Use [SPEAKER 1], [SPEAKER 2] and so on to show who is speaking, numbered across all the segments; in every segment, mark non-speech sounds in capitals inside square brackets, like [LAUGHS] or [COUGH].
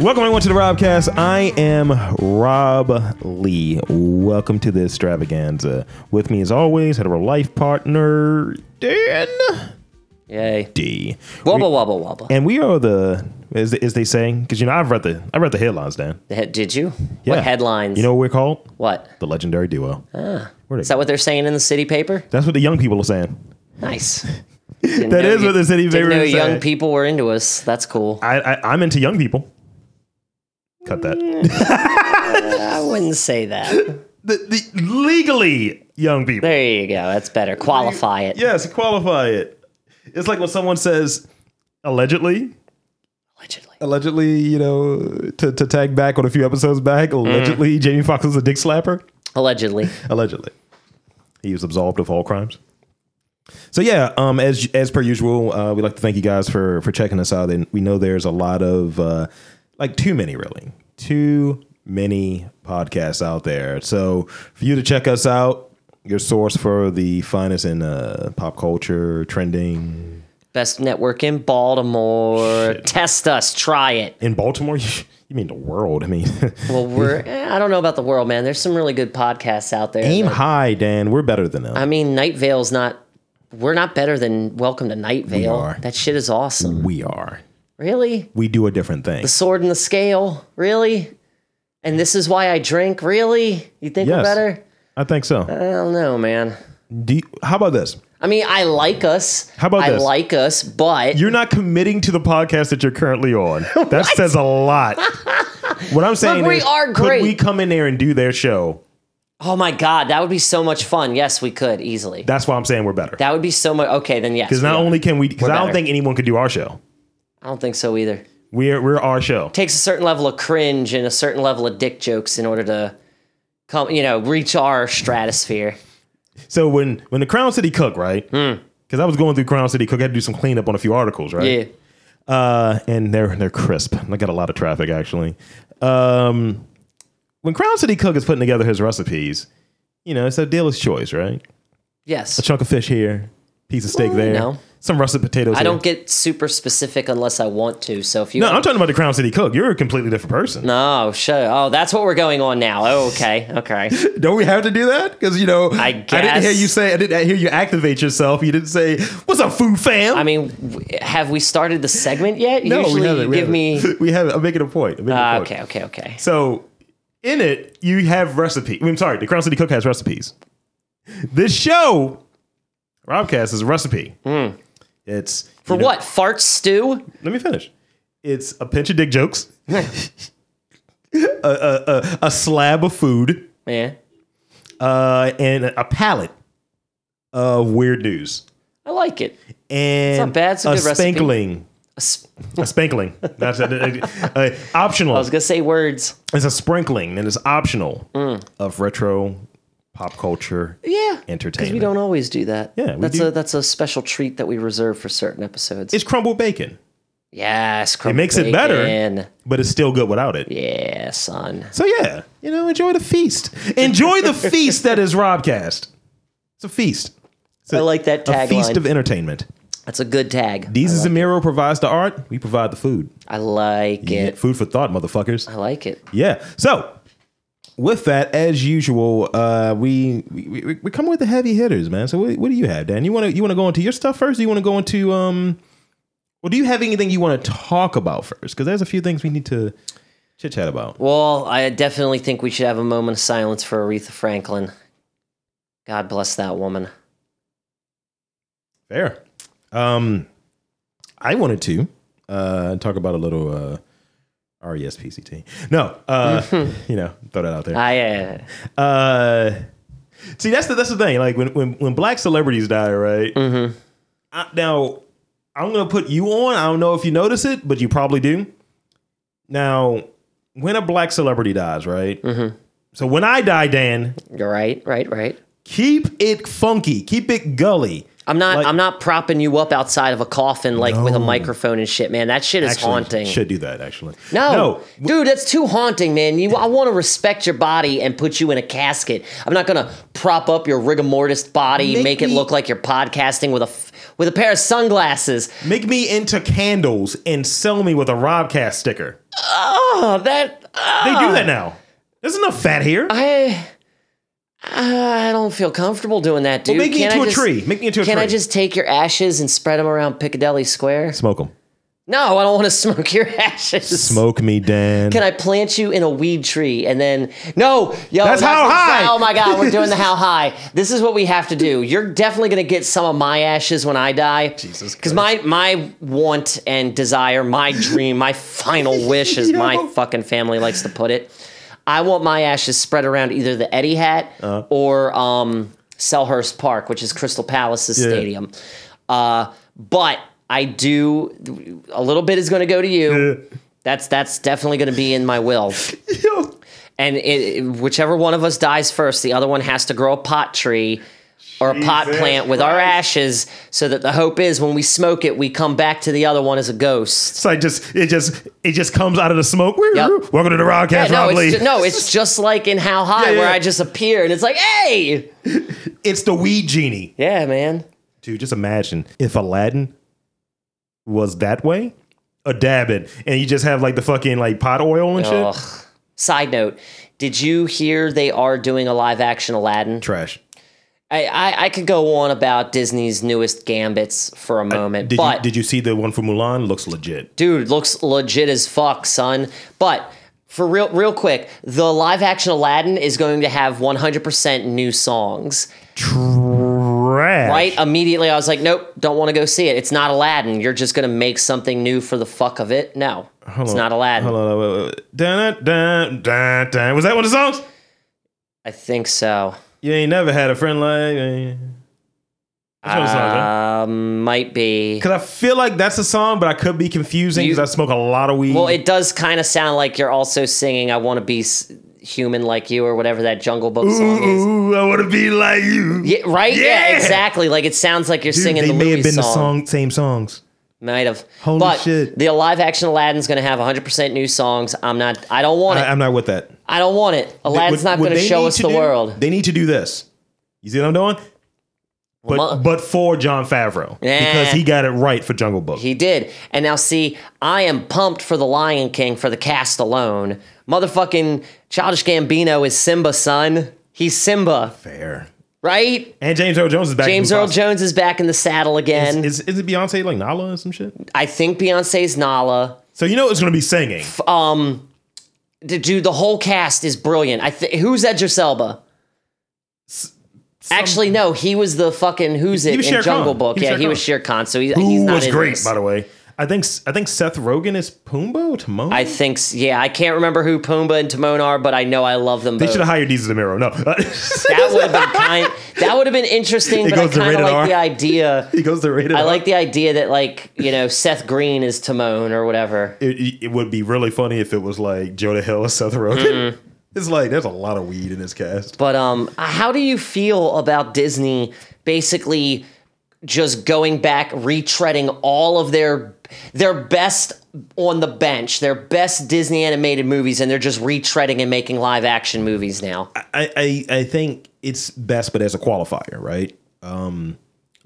[SPEAKER 1] Welcome everyone to the Robcast. I am Rob Lee. Welcome to the extravaganza. With me as always, hetero life partner Dan
[SPEAKER 2] Yay.
[SPEAKER 1] D.
[SPEAKER 2] Wobble, wobble, wobble.
[SPEAKER 1] And we are the as, as they say, because you know I've read the I read the headlines, Dan.
[SPEAKER 2] The head- Did you? What headlines?
[SPEAKER 1] You know what we're called?
[SPEAKER 2] what?
[SPEAKER 1] The legendary duo. Ah,
[SPEAKER 2] Is that what they're saying in the city paper?
[SPEAKER 1] That's what the young people are saying. [LAUGHS]
[SPEAKER 2] Nice.
[SPEAKER 1] That is what the city paper
[SPEAKER 2] didn't know
[SPEAKER 1] is
[SPEAKER 2] young
[SPEAKER 1] saying.
[SPEAKER 2] people were into us. That's cool.
[SPEAKER 1] I, I I'm into young people. Cut
[SPEAKER 2] Mm.
[SPEAKER 1] that.
[SPEAKER 2] I wouldn't
[SPEAKER 1] [LAUGHS]
[SPEAKER 2] say that.
[SPEAKER 1] The, the legally young people.
[SPEAKER 2] There you go. That's better. Qualify it.
[SPEAKER 1] Yes, qualify it. It's like when someone says allegedly.
[SPEAKER 2] Allegedly.
[SPEAKER 1] Allegedly, you know, to, to tag back on a few episodes back, allegedly Jamie Foxx was a dick slapper.
[SPEAKER 2] Allegedly.
[SPEAKER 1] Allegedly. He was absolved of all crimes. So yeah, um, as as per usual, uh, we'd like to thank you guys for for checking us out. And we know there's a lot of uh, like too many, really, too many podcasts out there. So for you to check us out, your source for the finest in uh, pop culture, trending,
[SPEAKER 2] Best network in Baltimore. Test us. Try it.
[SPEAKER 1] in Baltimore, [LAUGHS] you, you mean the world. I mean, [LAUGHS]
[SPEAKER 2] Well, we're. eh, I don't know about the world, man. There's some really good podcasts out there.
[SPEAKER 1] aim
[SPEAKER 2] Like,
[SPEAKER 1] high, Dan. We're better than them.
[SPEAKER 2] I mean, Night Vale's not. We're not better than Welcome to Night Vale.
[SPEAKER 1] are.
[SPEAKER 2] That shit is awesome.
[SPEAKER 1] we are.
[SPEAKER 2] Really?
[SPEAKER 1] We do a different thing.
[SPEAKER 2] the sword and the scale, really? And this is why I drink, really? You think we're
[SPEAKER 1] Yes.
[SPEAKER 2] better?
[SPEAKER 1] I think so.
[SPEAKER 2] I don't know, man.
[SPEAKER 1] do you, how about this?
[SPEAKER 2] I mean, I like us.
[SPEAKER 1] How about
[SPEAKER 2] I
[SPEAKER 1] this?
[SPEAKER 2] like us, but
[SPEAKER 1] You're not committing to the podcast that you're currently on.
[SPEAKER 2] [LAUGHS]
[SPEAKER 1] That says a lot. What I'm saying
[SPEAKER 2] we
[SPEAKER 1] is,
[SPEAKER 2] are
[SPEAKER 1] could
[SPEAKER 2] great.
[SPEAKER 1] we come in there and do their show?
[SPEAKER 2] oh my god, that would be so much fun. Yes, we could easily.
[SPEAKER 1] That's why I'm saying we're better.
[SPEAKER 2] That would be so much. Okay, then yes.
[SPEAKER 1] Because not
[SPEAKER 2] we are.
[SPEAKER 1] only can we, because I don't
[SPEAKER 2] better.
[SPEAKER 1] think anyone could do our show.
[SPEAKER 2] I don't think so either.
[SPEAKER 1] We're we're our show.
[SPEAKER 2] takes a certain level of cringe and a certain level of dick jokes in order to come, you know, reach our stratosphere.
[SPEAKER 1] So when when the Crown City Cook, right? Because I was going through Crown City Cook, I had to do some cleanup on a few articles, right?
[SPEAKER 2] Hmm. Yeah.
[SPEAKER 1] uh, and they're they're crisp. I got a lot of traffic actually. Um, when Crown City Cook is putting together his recipes, you know, it's a dealer's choice, right?
[SPEAKER 2] Yes.
[SPEAKER 1] A chunk of fish here, piece of steak
[SPEAKER 2] Well,
[SPEAKER 1] there,
[SPEAKER 2] no.
[SPEAKER 1] some russet potatoes.
[SPEAKER 2] I don't get super specific unless I want to. So if you
[SPEAKER 1] No,
[SPEAKER 2] want
[SPEAKER 1] I'm talking about the Crown City Cook. You're a completely different person.
[SPEAKER 2] No, shut up. Oh, that's what we're going on now. Oh, okay. Okay.
[SPEAKER 1] Don't we have to do that? Because you know, I, didn't
[SPEAKER 2] guess.
[SPEAKER 1] hear you say. I didn't hear you activate yourself. You didn't say, "What's up, food fam?"
[SPEAKER 2] I mean, w- have we started the segment yet?
[SPEAKER 1] no,
[SPEAKER 2] Usually
[SPEAKER 1] we haven't.
[SPEAKER 2] you
[SPEAKER 1] we
[SPEAKER 2] give me.
[SPEAKER 1] haven't. [LAUGHS] We haven't. I'm making a point. I'm making a
[SPEAKER 2] [LAUGHS] Ah,
[SPEAKER 1] point.
[SPEAKER 2] okay, okay, okay.
[SPEAKER 1] So in it, you have recipe. I'm sorry, the Crown City Cook has recipes. This show, Robcast, is a recipe. It's
[SPEAKER 2] Mm. For what? Fart
[SPEAKER 1] [LAUGHS]
[SPEAKER 2] stew?
[SPEAKER 1] Let me finish. It's a pinch of dick jokes, a, a, a slab of food,
[SPEAKER 2] Yeah.
[SPEAKER 1] uh, and a palette of weird news.
[SPEAKER 2] I like it.
[SPEAKER 1] And
[SPEAKER 2] not bad. It's a
[SPEAKER 1] a,
[SPEAKER 2] good recipe.
[SPEAKER 1] spankling.
[SPEAKER 2] A sp-
[SPEAKER 1] A spankling. That's
[SPEAKER 2] [LAUGHS]
[SPEAKER 1] a, a, a- optional.
[SPEAKER 2] I was going to say words.
[SPEAKER 1] it's a sprinkling, and it's optional of retro pop culture
[SPEAKER 2] Mm. Yeah. Because
[SPEAKER 1] entertainment.
[SPEAKER 2] we don't always do that.
[SPEAKER 1] Yeah, we
[SPEAKER 2] that's
[SPEAKER 1] do.
[SPEAKER 2] a that's a special treat that we reserve for certain episodes.
[SPEAKER 1] It's crumbled bacon,
[SPEAKER 2] yes, crumb
[SPEAKER 1] makes it better.
[SPEAKER 2] bacon.
[SPEAKER 1] but it's still good without it.
[SPEAKER 2] Yeah, son.
[SPEAKER 1] So yeah, you know, enjoy the feast. Enjoy
[SPEAKER 2] [LAUGHS]
[SPEAKER 1] the feast that is Robcast. It's a feast. It's a,
[SPEAKER 2] I like that
[SPEAKER 1] a feast
[SPEAKER 2] tagline.
[SPEAKER 1] of entertainment.
[SPEAKER 2] that's a good tag.
[SPEAKER 1] Deezus Zamiro provides the art. We provide the food.
[SPEAKER 2] I like it.
[SPEAKER 1] Food for thought, motherfuckers.
[SPEAKER 2] I like it.
[SPEAKER 1] Yeah. So with that, as usual, uh, we, we we- we come with the heavy hitters, man. So what, what do you have, Dan? You want to you want to go into your stuff first? Or you want to go into um? Well, do you have anything you want to talk about first? Because there's a few things we need to chit chat about.
[SPEAKER 2] Well, I definitely think we should have a moment of silence for Aretha Franklin. God bless that woman.
[SPEAKER 1] Fair. Um, I wanted to uh, talk about a little uh, E RESPCT. No,
[SPEAKER 2] [LAUGHS]
[SPEAKER 1] uh, you know, throw that out there.
[SPEAKER 2] I, uh,
[SPEAKER 1] Uh, see, that's the that's the thing. Like when when, when black celebrities die, right? Mm-hmm. I, now, I'm gonna put you on. I don't know if you notice it, but you probably do. Now, when a black celebrity dies, right? Mm-hmm. So when I die, Dan,
[SPEAKER 2] you're right, right, right.
[SPEAKER 1] keep it funky, keep it gully.
[SPEAKER 2] I'm not.
[SPEAKER 1] Like-
[SPEAKER 2] I'm not propping you up outside of a coffin like with a
[SPEAKER 1] No.
[SPEAKER 2] microphone and shit, man. That shit is
[SPEAKER 1] Actually,
[SPEAKER 2] haunting.
[SPEAKER 1] Should do that actually.
[SPEAKER 2] No, dude, that's too haunting, man. You, I want to respect your body and put you in a casket. I'm not gonna prop up your rigor mortis body,
[SPEAKER 1] Make
[SPEAKER 2] make, it
[SPEAKER 1] me-
[SPEAKER 2] look like you're podcasting with a f- with a pair of sunglasses.
[SPEAKER 1] Make me into candles and sell me with a Robcast sticker.
[SPEAKER 2] Oh, that
[SPEAKER 1] They do that now. There's enough fat here.
[SPEAKER 2] Ah. I ah, I don't feel comfortable doing that, dude.
[SPEAKER 1] Make me
[SPEAKER 2] Can't I
[SPEAKER 1] into a
[SPEAKER 2] just-
[SPEAKER 1] tree. Make me into a
[SPEAKER 2] Can
[SPEAKER 1] tree.
[SPEAKER 2] I just take your ashes and spread them around Piccadilly Square?
[SPEAKER 1] smoke them?
[SPEAKER 2] No, I don't want to smoke your [LAUGHS] ashes.
[SPEAKER 1] Smoke me, Dan.
[SPEAKER 2] Can I plant you in a weed tree and then no, yo,
[SPEAKER 1] That's how high.
[SPEAKER 2] Oh my god, we're doing
[SPEAKER 1] [LAUGHS]
[SPEAKER 2] the how high. This is what we have to do. You're definitely gonna get some of my ashes when I die.
[SPEAKER 1] Jesus
[SPEAKER 2] Because my my want and desire, my dream,
[SPEAKER 1] [LAUGHS]
[SPEAKER 2] my final wish, as my
[SPEAKER 1] Yo.
[SPEAKER 2] fucking family likes to put it. I want my ashes spread around either the Eddie Hat
[SPEAKER 1] Uh-huh.
[SPEAKER 2] or um, Selhurst Park, which is Crystal Palace's
[SPEAKER 1] Yeah.
[SPEAKER 2] stadium. Uh, but I do a little bit is going to go to you. That's that's definitely going to be in my will.
[SPEAKER 1] [LAUGHS] Yo.
[SPEAKER 2] And it, it- whichever one of us dies first, the other one has to grow a pot tree or a pot
[SPEAKER 1] Jesus
[SPEAKER 2] plant with our
[SPEAKER 1] Christ.
[SPEAKER 2] ashes, so that the hope is when we smoke it, we come back to the other one as a ghost.
[SPEAKER 1] So I just it just it just comes out of the smoke.
[SPEAKER 2] Yep.
[SPEAKER 1] Welcome to the Robcast,
[SPEAKER 2] Yeah, no,
[SPEAKER 1] Rob Lee.
[SPEAKER 2] it's ju- no, it's just like in How
[SPEAKER 1] [LAUGHS]
[SPEAKER 2] High,
[SPEAKER 1] Yeah,
[SPEAKER 2] where
[SPEAKER 1] yeah.
[SPEAKER 2] I just appear and it's like, hey,
[SPEAKER 1] It's the weed genie.
[SPEAKER 2] yeah, man.
[SPEAKER 1] Dude, just imagine if Aladdin was that way, a dabbing, and you just have like the fucking like pot oil and
[SPEAKER 2] Ugh.
[SPEAKER 1] shit.
[SPEAKER 2] Side note: Did you hear they are doing a live action Aladdin?
[SPEAKER 1] Trash.
[SPEAKER 2] I, I, I could go on about Disney's newest gambits for a moment,
[SPEAKER 1] Did
[SPEAKER 2] but
[SPEAKER 1] you did you see the one from Mulan? Looks legit.
[SPEAKER 2] dude, looks legit as fuck, son. But for real, real quick, the live action Aladdin is going to have 100% new songs.
[SPEAKER 1] Trash.
[SPEAKER 2] Right immediately, I was like, nope, don't want to go see it. It's not Aladdin. You're just going to make something new for the fuck of it. No, it's
[SPEAKER 1] on.
[SPEAKER 2] not Aladdin.
[SPEAKER 1] Hold on, wait, wait, wait. Dun, dun, dun, dun. Was that one of the songs?
[SPEAKER 2] I think so.
[SPEAKER 1] You ain't never had a friend like. That's one of the songs, right?
[SPEAKER 2] Um, might be.
[SPEAKER 1] Because I feel like that's a song, but I could be confusing because
[SPEAKER 2] You-
[SPEAKER 1] I smoke a lot of weed.
[SPEAKER 2] Well, it does kind of sound like you're also singing "I Want to Be s- Human Like You" or whatever that Jungle Book song
[SPEAKER 1] ooh,
[SPEAKER 2] is.
[SPEAKER 1] ooh, I want to be like you.
[SPEAKER 2] Yeah, right? Yeah.
[SPEAKER 1] Yeah!
[SPEAKER 2] exactly. Like it sounds like you're
[SPEAKER 1] Dude,
[SPEAKER 2] singing
[SPEAKER 1] they
[SPEAKER 2] the
[SPEAKER 1] may
[SPEAKER 2] Louis
[SPEAKER 1] have been
[SPEAKER 2] song.
[SPEAKER 1] the song, same songs.
[SPEAKER 2] Might have.
[SPEAKER 1] Holy
[SPEAKER 2] but
[SPEAKER 1] shit.
[SPEAKER 2] The live action Aladdin's going to have 100% new songs. I'm not. I don't want
[SPEAKER 1] I,
[SPEAKER 2] it.
[SPEAKER 1] I'm not with that.
[SPEAKER 2] I don't want it. Aladdin's
[SPEAKER 1] What-
[SPEAKER 2] not
[SPEAKER 1] what
[SPEAKER 2] going to
[SPEAKER 1] they
[SPEAKER 2] show
[SPEAKER 1] need
[SPEAKER 2] us
[SPEAKER 1] to
[SPEAKER 2] the
[SPEAKER 1] do-
[SPEAKER 2] world.
[SPEAKER 1] They need to do this. You see what I'm doing? But
[SPEAKER 2] Well,
[SPEAKER 1] but for John Favreau
[SPEAKER 2] Nah.
[SPEAKER 1] because he got it right for Jungle Book.
[SPEAKER 2] He did. And now, see, I am pumped for The Lion King for the cast alone. Motherfucking Childish Gambino is Simba, son. He's Simba,
[SPEAKER 1] Fair.
[SPEAKER 2] right?
[SPEAKER 1] And James Earl Jones is back.
[SPEAKER 2] James Earl Jones is back in the saddle again.
[SPEAKER 1] Is, is it Beyonce like Nala or some shit?
[SPEAKER 2] I think Beyonce's Nala.
[SPEAKER 1] So you know it's gonna be singing.
[SPEAKER 2] Um, d- dude, the whole cast is brilliant. I th- who's Edgar Selba? Actually, no, he was the fucking who's it
[SPEAKER 1] was
[SPEAKER 2] in
[SPEAKER 1] Shere
[SPEAKER 2] Jungle
[SPEAKER 1] Khan.
[SPEAKER 2] Book.
[SPEAKER 1] He was
[SPEAKER 2] yeah,
[SPEAKER 1] Shere
[SPEAKER 2] he was
[SPEAKER 1] Khan.
[SPEAKER 2] Shere Khan, so he's, he's
[SPEAKER 1] Who
[SPEAKER 2] not
[SPEAKER 1] was
[SPEAKER 2] in
[SPEAKER 1] great,
[SPEAKER 2] this.
[SPEAKER 1] by the way. I think I think Seth Rogen is Pumbaa or Timon.
[SPEAKER 2] I think s- yeah, I can't remember who Pumbaa and Timon are, but I know I love them
[SPEAKER 1] they
[SPEAKER 2] both.
[SPEAKER 1] should have hired Deez Demiro. No, [LAUGHS]
[SPEAKER 2] That would have been kind. That would have been
[SPEAKER 1] [LAUGHS]
[SPEAKER 2] interesting,
[SPEAKER 1] It
[SPEAKER 2] but I
[SPEAKER 1] goes to
[SPEAKER 2] kind of
[SPEAKER 1] rated
[SPEAKER 2] like
[SPEAKER 1] R.
[SPEAKER 2] the idea.
[SPEAKER 1] he goes to rated.
[SPEAKER 2] I
[SPEAKER 1] R.
[SPEAKER 2] like the idea that like you know Seth Green is Timon or whatever.
[SPEAKER 1] it, it- it would be really funny if it was like Jonah Hill or Seth Rogen.
[SPEAKER 2] Mm-hmm.
[SPEAKER 1] It's like there's a lot of weed in this cast.
[SPEAKER 2] But um, how do you feel about Disney basically just going back, retreading all of their their best on the bench, their best Disney animated movies, and they're just retreading and making live action movies now?
[SPEAKER 1] I, I, I think it's best, but as a qualifier, right? Um,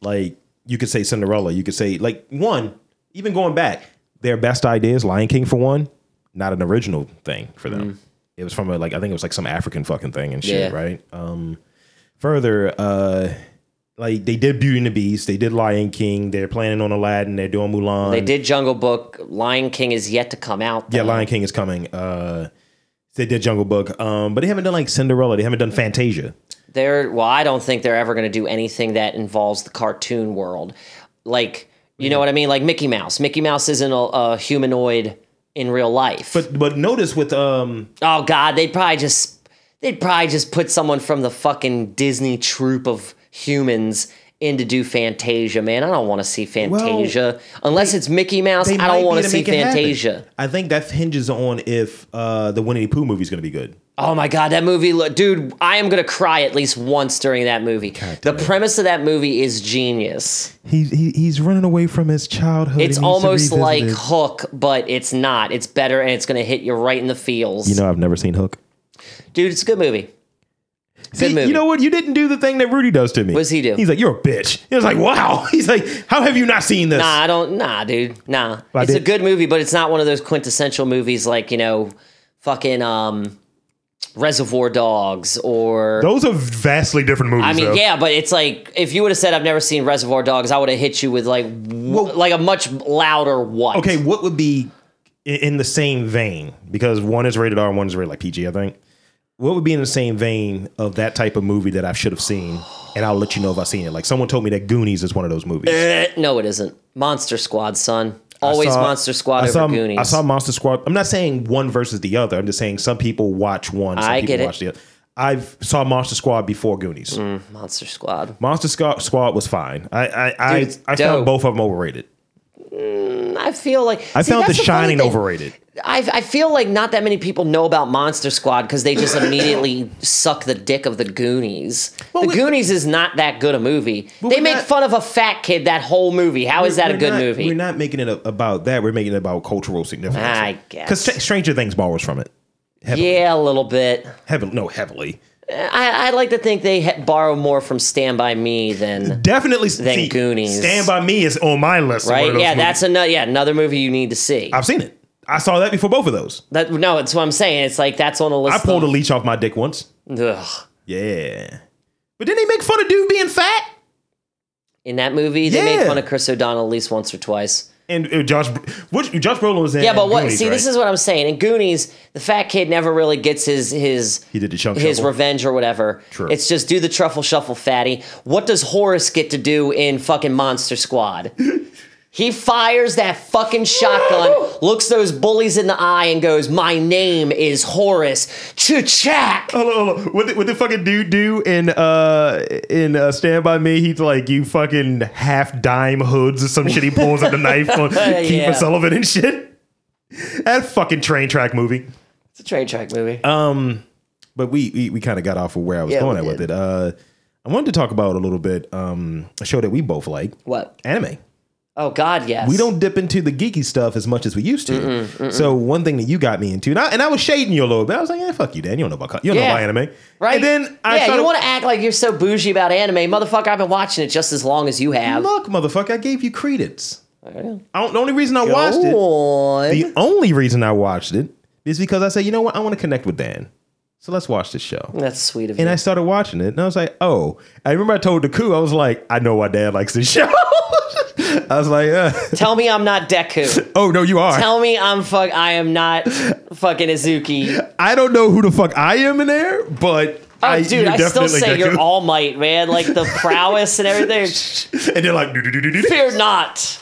[SPEAKER 1] like you could say Cinderella, you could say like one, even going back, their best ideas, Lion King for one, not an original thing for them. It was from a, like I think it was like some African fucking thing and shit,
[SPEAKER 2] Mm. Yeah.
[SPEAKER 1] right? Um, further, uh, like they did Beauty and the Beast, they did Lion King, they're planning on Aladdin, they're doing Mulan,
[SPEAKER 2] They did Jungle Book. Lion King is yet to come out.
[SPEAKER 1] Um, Yeah,
[SPEAKER 2] though.
[SPEAKER 1] Lion King is coming. Uh, they did Jungle Book, um, but they haven't done like Cinderella. They haven't done Fantasia.
[SPEAKER 2] They're well, I don't think they're ever going to do anything that involves the cartoon world. Like, you know what I mean? Like Mickey Mouse. Mickey Mouse isn't a, a humanoid in real life.
[SPEAKER 1] But but notice with um,
[SPEAKER 2] Oh God, they'd probably just they'd probably just put someone from the fucking Disney troupe of humans in to do Fantasia, man. I don't want to see Fantasia unless it's Mickey Mouse.
[SPEAKER 1] they
[SPEAKER 2] I
[SPEAKER 1] might
[SPEAKER 2] don't
[SPEAKER 1] be
[SPEAKER 2] want to see
[SPEAKER 1] make it happen.
[SPEAKER 2] Fantasia.
[SPEAKER 1] I think that hinges on if uh, the Winnie the Pooh movie is going to be good.
[SPEAKER 2] Oh my god, that movie, look, dude! I am gonna cry at least once during that movie. The premise of that movie is genius.
[SPEAKER 1] He, he he's running away from his childhood.
[SPEAKER 2] It's almost like Hook, but it's not. It's better, and it's gonna hit you right in the feels,
[SPEAKER 1] you know I've never seen Hook.
[SPEAKER 2] dude. It's a good movie.
[SPEAKER 1] See,
[SPEAKER 2] movie.
[SPEAKER 1] you know what? You didn't do the thing that Rudy does to me.
[SPEAKER 2] does he do?
[SPEAKER 1] He's like, you're a bitch. He was like, wow. [LAUGHS] He's like, how have you not seen this?
[SPEAKER 2] Nah, I don't. Nah, dude. Nah.
[SPEAKER 1] But I
[SPEAKER 2] it's a
[SPEAKER 1] did-
[SPEAKER 2] good movie, but it's not one of those quintessential movies like you know, fucking um, Reservoir Dogs or.
[SPEAKER 1] Those are vastly different movies.
[SPEAKER 2] I mean,
[SPEAKER 1] though.
[SPEAKER 2] yeah, but it's like if you would have said I've never seen Reservoir Dogs, I would have hit you with like w- like a much louder what.
[SPEAKER 1] Okay, what would be i- in the same vein? Because one is rated R, and one is rated like PG, I think. What would be in the same vein of that type of movie that I should have seen? And I'll let you know if I've seen it. Like someone told me that Goonies is one of those movies.
[SPEAKER 2] Eh, [LAUGHS] No, it isn't. Monster Squad, son.
[SPEAKER 1] I
[SPEAKER 2] Always
[SPEAKER 1] saw-
[SPEAKER 2] Monster Squad
[SPEAKER 1] I
[SPEAKER 2] over
[SPEAKER 1] saw,
[SPEAKER 2] Goonies.
[SPEAKER 1] I saw Monster Squad. I'm not saying one versus the other. I'm just saying some people watch one, some
[SPEAKER 2] I
[SPEAKER 1] people
[SPEAKER 2] get it. Mm.
[SPEAKER 1] watch the other. I saw Monster Squad before Goonies.
[SPEAKER 2] Monster Squad.
[SPEAKER 1] Monster Squad, Squad was fine. I I I,
[SPEAKER 2] Dude,
[SPEAKER 1] I
[SPEAKER 2] dope.
[SPEAKER 1] found both of them overrated.
[SPEAKER 2] I feel like
[SPEAKER 1] I
[SPEAKER 2] See,
[SPEAKER 1] found The
[SPEAKER 2] that's funny
[SPEAKER 1] Shining
[SPEAKER 2] thing.
[SPEAKER 1] overrated.
[SPEAKER 2] I, I feel like not that many people know about Monster Squad because
[SPEAKER 1] [COUGHS]
[SPEAKER 2] they just immediately suck the dick of the Goonies. the
[SPEAKER 1] we-
[SPEAKER 2] Goonies is not that good a movie. They
[SPEAKER 1] we're
[SPEAKER 2] make
[SPEAKER 1] not-
[SPEAKER 2] fun of a fat kid that whole movie. How is that a
[SPEAKER 1] We're
[SPEAKER 2] good
[SPEAKER 1] not-
[SPEAKER 2] movie?
[SPEAKER 1] We're not making it a- about that. We're making it about cultural significance.
[SPEAKER 2] I guess.
[SPEAKER 1] because Stranger Things borrows from it. Heavily,
[SPEAKER 2] yeah, a little bit.
[SPEAKER 1] heavily, no, heavily.
[SPEAKER 2] I, I like to think they ha- borrow more from Stand By Me than.
[SPEAKER 1] Definitely. Then
[SPEAKER 2] Goonies.
[SPEAKER 1] Stand by Me is on my list. of one
[SPEAKER 2] Right?
[SPEAKER 1] of those
[SPEAKER 2] Yeah,
[SPEAKER 1] movies.
[SPEAKER 2] that's another yeah, another movie you need to see.
[SPEAKER 1] I've seen it. I saw that before both of those.
[SPEAKER 2] That, no, that's what I'm saying. It's like that's on a list.
[SPEAKER 1] I pulled a
[SPEAKER 2] of,
[SPEAKER 1] leech off my dick once.
[SPEAKER 2] Ugh.
[SPEAKER 1] Yeah, but didn't they make fun of dude being fat?
[SPEAKER 2] in that movie, they made
[SPEAKER 1] Yeah.
[SPEAKER 2] fun of Chris O'Donnell at least once or twice.
[SPEAKER 1] And uh, Josh, which Josh Brolin was in.
[SPEAKER 2] Yeah, but what?
[SPEAKER 1] Goonies,
[SPEAKER 2] see, this
[SPEAKER 1] right?
[SPEAKER 2] is what I'm saying. In Goonies, the fat kid never really gets his his
[SPEAKER 1] he did the chunk
[SPEAKER 2] his
[SPEAKER 1] shuffle.
[SPEAKER 2] revenge or whatever.
[SPEAKER 1] True.
[SPEAKER 2] It's just do the truffle shuffle, fatty. What does Horace get to do in fucking
[SPEAKER 1] [LAUGHS]
[SPEAKER 2] Monster Squad? he fires that
[SPEAKER 1] [LAUGHS]
[SPEAKER 2] fucking shotgun, looks those bullies in the eye, and goes, "My name is Horace Chuchak."
[SPEAKER 1] Hold on, hold on. What, the, what the fucking dude do in uh in uh, Stand by Me? He's like you fucking half dime hoods or some shit. He pulls
[SPEAKER 2] [LAUGHS]
[SPEAKER 1] up the knife on
[SPEAKER 2] Yeah.
[SPEAKER 1] Kiefer Sullivan and shit. That fucking train track movie.
[SPEAKER 2] It's a train track movie.
[SPEAKER 1] Um, But we we, we kind of got off of where I was
[SPEAKER 2] Yeah,
[SPEAKER 1] going
[SPEAKER 2] we
[SPEAKER 1] at with
[SPEAKER 2] did.
[SPEAKER 1] it. Uh, I wanted to talk about a little bit um a show that we both like
[SPEAKER 2] what?
[SPEAKER 1] anime.
[SPEAKER 2] Oh God, yes.
[SPEAKER 1] We don't dip into the geeky stuff as much as we used to. So one thing that you got me into, and I, and I was shading you a little bit. I was like, yeah, fuck you, Dan. You don't know about co- you don't
[SPEAKER 2] Yeah.
[SPEAKER 1] know about anime,
[SPEAKER 2] Right.
[SPEAKER 1] And then I
[SPEAKER 2] yeah,
[SPEAKER 1] started.
[SPEAKER 2] you want to act like you're so bougie about anime, motherfucker. I've been watching it just as long as you have.
[SPEAKER 1] Look, motherfucker, I gave you credence. I don't, the only reason I watched
[SPEAKER 2] Go
[SPEAKER 1] it,
[SPEAKER 2] on.
[SPEAKER 1] the only reason I watched it is because I said, you know what, I want to connect with Dan. So let's watch this show.
[SPEAKER 2] That's sweet of you.
[SPEAKER 1] And I started watching it, and I was like, oh. I remember I told Deku, I was like, I know why Dad likes this [LAUGHS] show. I was like, uh,
[SPEAKER 2] Tell me I'm
[SPEAKER 1] [LAUGHS]
[SPEAKER 2] not Deku.
[SPEAKER 1] oh no, you are.
[SPEAKER 2] Tell me I'm fuck. I am not fucking Izuki.
[SPEAKER 1] I don't know who the fuck I am in there, but
[SPEAKER 2] Oh,
[SPEAKER 1] I,
[SPEAKER 2] dude,
[SPEAKER 1] you're
[SPEAKER 2] I still
[SPEAKER 1] definitely
[SPEAKER 2] say
[SPEAKER 1] Deku.
[SPEAKER 2] you're All Might, man. Like the prowess and
[SPEAKER 1] [LAUGHS]
[SPEAKER 2] everything.
[SPEAKER 1] and they're like, "Do-do-do-do-do."
[SPEAKER 2] Fear not.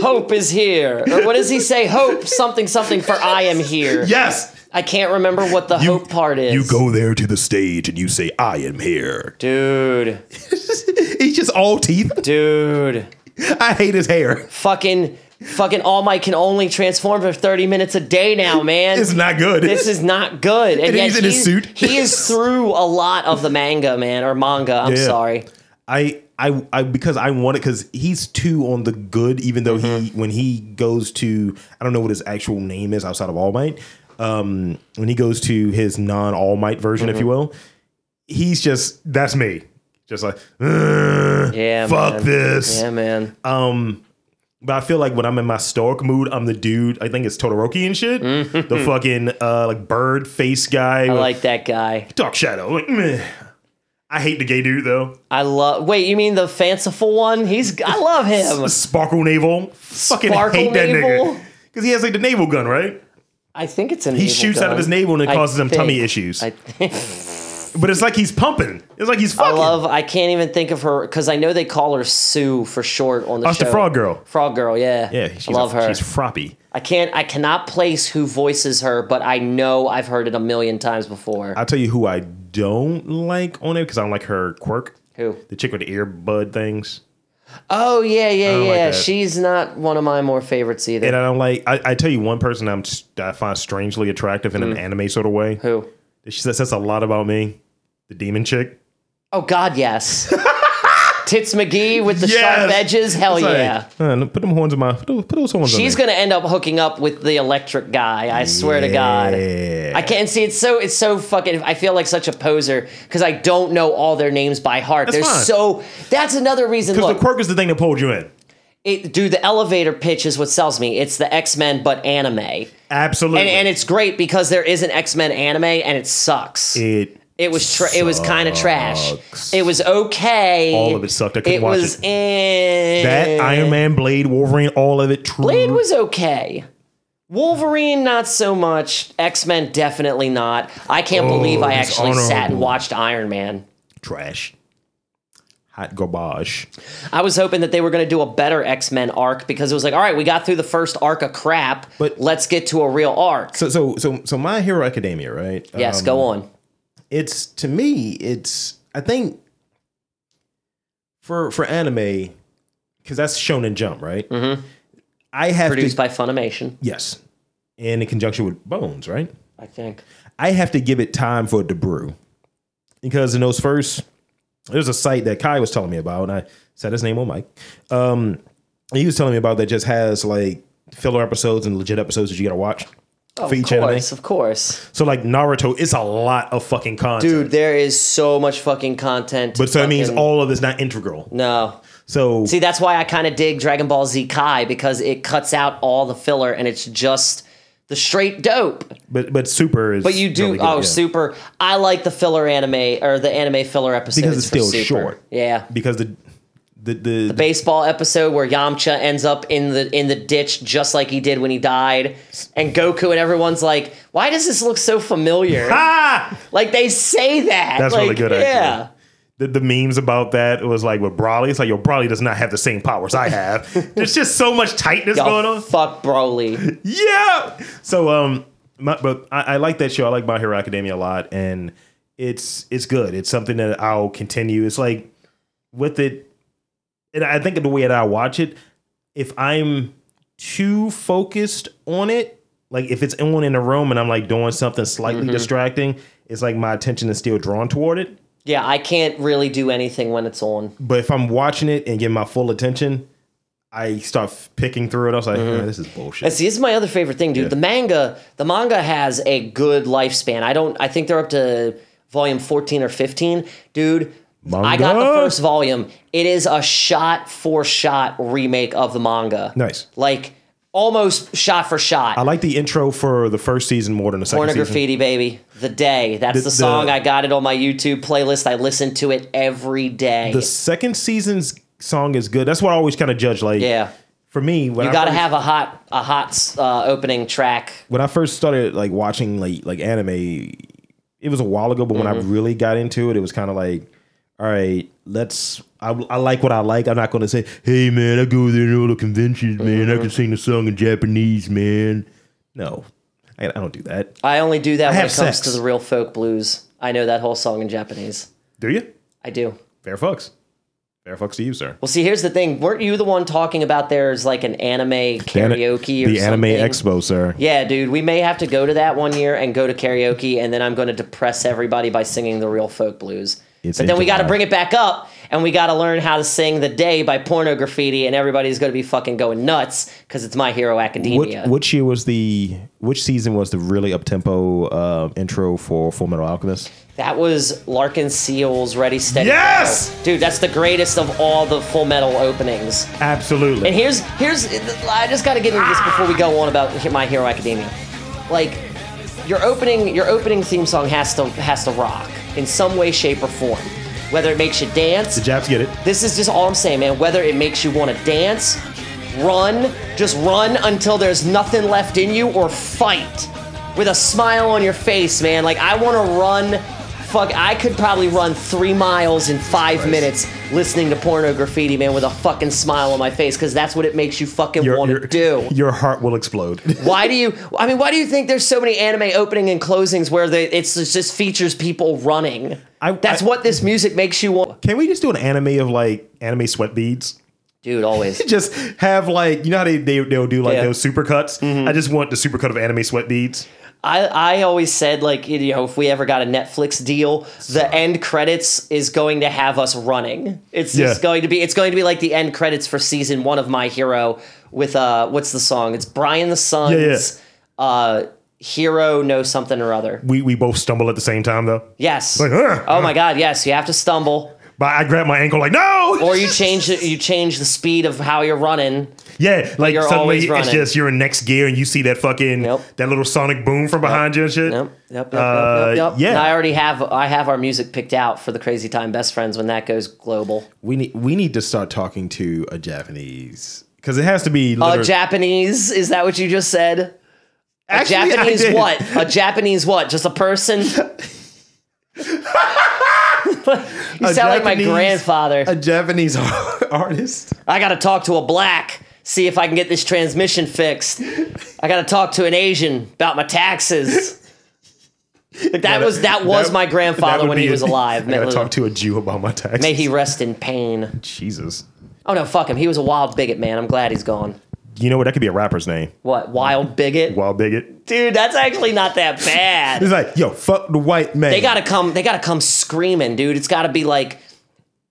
[SPEAKER 2] Hope is here. Or what does he say? Hope something something for I am here.
[SPEAKER 1] yes.
[SPEAKER 2] I can't remember what the hope Oh, part is.
[SPEAKER 1] You go there to the stage and you say, I am here. [LAUGHS]
[SPEAKER 2] dude,
[SPEAKER 1] He's just all teeth. [LAUGHS]
[SPEAKER 2] dude.
[SPEAKER 1] I hate his hair.
[SPEAKER 2] fucking fucking all might can only transform for 30 minutes a day now man
[SPEAKER 1] It's not good.
[SPEAKER 2] this is not good and,
[SPEAKER 1] And
[SPEAKER 2] yet
[SPEAKER 1] he's in his
[SPEAKER 2] he-
[SPEAKER 1] suit.
[SPEAKER 2] he is through a lot of the manga man or manga i'm
[SPEAKER 1] [LAUGHS] Yeah.
[SPEAKER 2] sorry
[SPEAKER 1] I I I because I want it because he's two on the good, even though he when he goes to I don't know what his actual name is outside of All Might. Um, when he goes to his non All Might version, if you will, he's just that's me, just like "Ugh,
[SPEAKER 2] Yeah,
[SPEAKER 1] fuck
[SPEAKER 2] man.
[SPEAKER 1] this.
[SPEAKER 2] yeah man
[SPEAKER 1] But I feel like when I'm in my stork mood, I'm the dude. I think it's Todoroki and shit, the fucking uh like bird face guy,
[SPEAKER 2] Mm-hmm. i
[SPEAKER 1] with
[SPEAKER 2] like that guy
[SPEAKER 1] dark shadow. Like, meh. I hate the gay dude though.
[SPEAKER 2] i love wait you mean the fanciful one he's i love him
[SPEAKER 1] Sparkle Navel. Fucking
[SPEAKER 2] Sparkle
[SPEAKER 1] hate that
[SPEAKER 2] Navel?
[SPEAKER 1] nigga. Because he has like the navel gun, right?
[SPEAKER 2] i think it's an
[SPEAKER 1] He shoots out of his navel and it causes him tummy issues.
[SPEAKER 2] I,
[SPEAKER 1] but it's like he's pumping. It's like he's
[SPEAKER 2] I
[SPEAKER 1] fucking.
[SPEAKER 2] love. I can't even think of her because I know they call her Sue for short on the
[SPEAKER 1] That's
[SPEAKER 2] show.
[SPEAKER 1] the Oh, frog girl.
[SPEAKER 2] Frog girl, yeah.
[SPEAKER 1] Yeah, she's
[SPEAKER 2] I love
[SPEAKER 1] a-
[SPEAKER 2] her.
[SPEAKER 1] She's froppy.
[SPEAKER 2] I can't. I cannot place who voices her, but I know I've heard it a million times before.
[SPEAKER 1] I'll tell you who I don't like on it because I don't like her quirk.
[SPEAKER 2] who?
[SPEAKER 1] The chick with the earbud things.
[SPEAKER 2] Oh yeah, yeah,
[SPEAKER 1] don't like
[SPEAKER 2] yeah.
[SPEAKER 1] that.
[SPEAKER 2] She's not one of my more favorites either.
[SPEAKER 1] And I don't like. I, I tell you one person I'm st- I find strangely attractive in an anime sort of way.
[SPEAKER 2] Hmm. who?
[SPEAKER 1] She says that's a lot about me. The demon chick. [LAUGHS]
[SPEAKER 2] Oh God, yes. Tits McGee with the sharp edges. Hell
[SPEAKER 1] It's like,
[SPEAKER 2] Oh, yeah.
[SPEAKER 1] uh, put them horns in my. Put, those- put those horns.
[SPEAKER 2] She's
[SPEAKER 1] on
[SPEAKER 2] gonna end up hooking up with the electric guy. I swear to God,
[SPEAKER 1] Yeah.
[SPEAKER 2] I can't see. It's so it's so fucking. I feel like such a poser because I don't know all their names by heart. There's
[SPEAKER 1] fine.
[SPEAKER 2] so that's another reason.
[SPEAKER 1] Because
[SPEAKER 2] Look,
[SPEAKER 1] the quirk is the thing that pulled you in.
[SPEAKER 2] it, dude, the elevator pitch is what sells me. It's the X Men but anime, and
[SPEAKER 1] Absolutely.
[SPEAKER 2] and it's great because there is an X Men anime and it sucks.
[SPEAKER 1] it.
[SPEAKER 2] It was tra- it was kind of trash. It was okay.
[SPEAKER 1] All of it sucked. I couldn't
[SPEAKER 2] it
[SPEAKER 1] watch
[SPEAKER 2] was
[SPEAKER 1] it.
[SPEAKER 2] eh.
[SPEAKER 1] That Iron Man, Blade, Wolverine, all of it. True.
[SPEAKER 2] Blade was okay. Wolverine, not so much. X Men, definitely not. I can't believe I
[SPEAKER 1] he's
[SPEAKER 2] actually sat and
[SPEAKER 1] Oh, honorable.
[SPEAKER 2] watched Iron Man.
[SPEAKER 1] trash. Hot garbage.
[SPEAKER 2] I was hoping that they were going to do a better X Men arc because it was like, all right, we got through the first arc of crap,
[SPEAKER 1] But-
[SPEAKER 2] let's get to a real arc.
[SPEAKER 1] So um, so so so my Hero Academia, right? Uh,
[SPEAKER 2] yes, go on.
[SPEAKER 1] it's to me it's i think for for anime because that's shonen jump right mm-hmm. i have
[SPEAKER 2] Produced
[SPEAKER 1] to
[SPEAKER 2] by Funimation,
[SPEAKER 1] yes and in conjunction with bones right
[SPEAKER 2] I think.
[SPEAKER 1] i have to give it time for it to brew because in those first there's a site that kai was telling me about and i said his name on mic um he was telling me about that just has like filler episodes and legit episodes that you gotta watch for
[SPEAKER 2] Oh, Of
[SPEAKER 1] each anime
[SPEAKER 2] course, of course.
[SPEAKER 1] so like naruto it's a lot of fucking content
[SPEAKER 2] Dude, there is so much fucking content.
[SPEAKER 1] but so it means
[SPEAKER 2] fucking-
[SPEAKER 1] all of it's not integral
[SPEAKER 2] No.
[SPEAKER 1] So
[SPEAKER 2] See, that's why I kind of dig Dragon Ball Z Kai because it cuts out all the filler and it's just the straight dope.
[SPEAKER 1] But but super is.
[SPEAKER 2] But you do
[SPEAKER 1] really good,
[SPEAKER 2] oh
[SPEAKER 1] yeah.
[SPEAKER 2] super. I like the filler anime or the anime filler episodes
[SPEAKER 1] Because it's
[SPEAKER 2] for
[SPEAKER 1] still
[SPEAKER 2] Super.
[SPEAKER 1] short.
[SPEAKER 2] Yeah.
[SPEAKER 1] because the the the,
[SPEAKER 2] Baseball episode where Yamcha ends up in the in the ditch just like he did when he died, and Goku and everyone's like, "Why does this look so familiar?"
[SPEAKER 1] [LAUGHS] ah
[SPEAKER 2] like they say that.
[SPEAKER 1] That's
[SPEAKER 2] like,
[SPEAKER 1] really good, actually.
[SPEAKER 2] Yeah,
[SPEAKER 1] the, the memes about that was like with Broly. It's like yo Broly does not have the same powers I
[SPEAKER 2] [LAUGHS]
[SPEAKER 1] have. There's just so much tightness
[SPEAKER 2] Y'all
[SPEAKER 1] going on.
[SPEAKER 2] fuck Broly.
[SPEAKER 1] Yeah. So um, my, but I, I like that show. I like My Hero Academia a lot, and it's it's good. It's something that I'll continue. It's like with it, and I think of the way that I watch it. If I'm too focused on it, like if it's on in a room and I'm like doing something slightly
[SPEAKER 2] Mm-hmm.
[SPEAKER 1] distracting, it's like my attention is still drawn toward it.
[SPEAKER 2] yeah, I can't really do anything when it's on.
[SPEAKER 1] But if I'm watching it and getting my full attention, I start f- picking through it. I was like,
[SPEAKER 2] Mm-hmm.
[SPEAKER 1] "Eh, this is bullshit.
[SPEAKER 2] And see, this is my other favorite thing, dude. The manga, the manga has a good lifespan. I don't. I think they're up to volume fourteen or fifteen, dude. I got the
[SPEAKER 1] Manga?
[SPEAKER 2] first volume. It is a shot for shot remake of the manga.
[SPEAKER 1] nice.
[SPEAKER 2] Like almost shot for shot.
[SPEAKER 1] I like the intro for the first season more than the second
[SPEAKER 2] Porno
[SPEAKER 1] season.
[SPEAKER 2] graffiti, baby. The day. That's the,
[SPEAKER 1] The- the-
[SPEAKER 2] song. I got it on my YouTube playlist. I listen to it every day.
[SPEAKER 1] The second season's song is good. That's what I always kind of judge. Like,
[SPEAKER 2] yeah.
[SPEAKER 1] for me, when
[SPEAKER 2] You
[SPEAKER 1] I
[SPEAKER 2] gotta
[SPEAKER 1] first,
[SPEAKER 2] have a hot a hot uh, opening track.
[SPEAKER 1] when I first started like watching like like anime, it was a while ago. But when
[SPEAKER 2] Mm-hmm.
[SPEAKER 1] I really got into it, it was kind of like, all right, let's. I, I like what I like. I'm not going to say, hey man, I go there to all the conventions, man.
[SPEAKER 2] Mm-hmm.
[SPEAKER 1] I can sing the song in Japanese, man. No, I, I don't do that.
[SPEAKER 2] I only do that when
[SPEAKER 1] have
[SPEAKER 2] it comes
[SPEAKER 1] sex.
[SPEAKER 2] to the real folk blues. I know that whole song in Japanese.
[SPEAKER 1] Do you?
[SPEAKER 2] I do.
[SPEAKER 1] Fair fucks. Fair fucks to you, sir.
[SPEAKER 2] Well, see, here's the thing. Weren't you the one talking about there's like an anime karaoke or
[SPEAKER 1] the Anime
[SPEAKER 2] something?
[SPEAKER 1] Expo, sir.
[SPEAKER 2] Yeah, dude, we may have to go to that one year and go to karaoke, and then I'm going to depress everybody by singing the real folk blues.
[SPEAKER 1] It's
[SPEAKER 2] but
[SPEAKER 1] in
[SPEAKER 2] then we got to
[SPEAKER 1] July.
[SPEAKER 2] bring it back up, and we got to learn how to sing "The Day" by Porno Graffiti, and everybody's going to be fucking going nuts because it's My Hero
[SPEAKER 1] Which,
[SPEAKER 2] Academia.
[SPEAKER 1] which year was the which season was the really up tempo uh, intro for Full Metal Alchemist?
[SPEAKER 2] That was Larkin Seal's "Ready Steady." Go.
[SPEAKER 1] Yes!
[SPEAKER 2] dude, that's the greatest of all the Full Metal openings.
[SPEAKER 1] Absolutely.
[SPEAKER 2] And here's here's I just got to get into this before we go on about My Hero Academia. Like your opening your opening theme song has to has to rock in some way, shape, or form. Whether it makes you dance,
[SPEAKER 1] the Japs get it.
[SPEAKER 2] this is just all I'm saying, man. Whether it makes you want to dance, run, just run until there's nothing left in you, or fight with a smile on your face, man. Like, I want to run. Fuck, I could probably run three miles in five minutes listening to porno graffiti, man, with a fucking smile on my face, because that's what it makes you fucking want to
[SPEAKER 1] [LAUGHS]
[SPEAKER 2] do.
[SPEAKER 1] Your heart will explode. [LAUGHS]
[SPEAKER 2] Why do you? I mean, why do you think there's so many anime opening and closings where they, it's just- just features people running?
[SPEAKER 1] I-
[SPEAKER 2] that's
[SPEAKER 1] I-
[SPEAKER 2] what this music makes you want,
[SPEAKER 1] Can we just do an anime of like anime sweat beads?
[SPEAKER 2] dude. Always.
[SPEAKER 1] Just have like you know how they, they they'll do like
[SPEAKER 2] Yeah. Mm-hmm.
[SPEAKER 1] those super cuts. I just want the super cut of anime sweat beads.
[SPEAKER 2] I, I always said like you know if we ever got a Netflix deal, the end credits is going to have us running. It's,
[SPEAKER 1] Yeah.
[SPEAKER 2] it's going to be it's going to be like the end credits for season one of My Hero with uh what's the song? It's Brian the Sun's uh hero know something or other.
[SPEAKER 3] We we both stumble at the same time though.
[SPEAKER 2] Yes.
[SPEAKER 3] "Ugh."
[SPEAKER 2] oh my god, yes, you have to stumble.
[SPEAKER 3] But I grab my ankle like no.
[SPEAKER 1] [LAUGHS]
[SPEAKER 2] Or you change it- you change the speed of how you're running.
[SPEAKER 3] yeah, like
[SPEAKER 2] you're
[SPEAKER 3] suddenly
[SPEAKER 2] always
[SPEAKER 3] it's
[SPEAKER 2] running.
[SPEAKER 3] just you're in next gear and you see that fucking
[SPEAKER 2] Yep.
[SPEAKER 3] that little sonic boom from behind you and shit.
[SPEAKER 2] Yep, yep, yep,
[SPEAKER 3] Uh,
[SPEAKER 2] yep, yep, yep.
[SPEAKER 3] yeah.
[SPEAKER 2] And I already have I have our music picked out for the Crazy Time Best Friends when that goes global.
[SPEAKER 1] We need we need to start talking to a Japanese because it has to be
[SPEAKER 2] A
[SPEAKER 1] liter-
[SPEAKER 2] Japanese? Is that what you just said?
[SPEAKER 1] Actually, I
[SPEAKER 2] Japanese
[SPEAKER 1] did.
[SPEAKER 2] what? A Japanese what? Just a person? you sound like my
[SPEAKER 1] Japanese-
[SPEAKER 2] grandfather.
[SPEAKER 1] a Japanese
[SPEAKER 3] [LAUGHS]
[SPEAKER 1] artist.
[SPEAKER 2] I gotta talk to a black, see if I can get this transmission fixed. I gotta talk to an Asian about my taxes. That was that was
[SPEAKER 1] that-
[SPEAKER 2] my
[SPEAKER 3] That
[SPEAKER 2] grandfather
[SPEAKER 3] would
[SPEAKER 2] when he
[SPEAKER 3] be-
[SPEAKER 2] was alive.
[SPEAKER 3] I
[SPEAKER 2] May,
[SPEAKER 3] gotta talk to a Jew about my taxes.
[SPEAKER 2] may he rest in pain.
[SPEAKER 1] Jesus,
[SPEAKER 2] Oh no, fuck him. He was a wild bigot, man. I'm glad he's gone.
[SPEAKER 3] You know what? That could be a rapper's name.
[SPEAKER 2] What wild bigot?
[SPEAKER 3] Wild bigot.
[SPEAKER 2] Dude, that's actually not that
[SPEAKER 1] [LAUGHS]
[SPEAKER 2] bad.
[SPEAKER 1] it's like yo, fuck the white man.
[SPEAKER 2] they gotta come they gotta come screaming dude it's gotta be like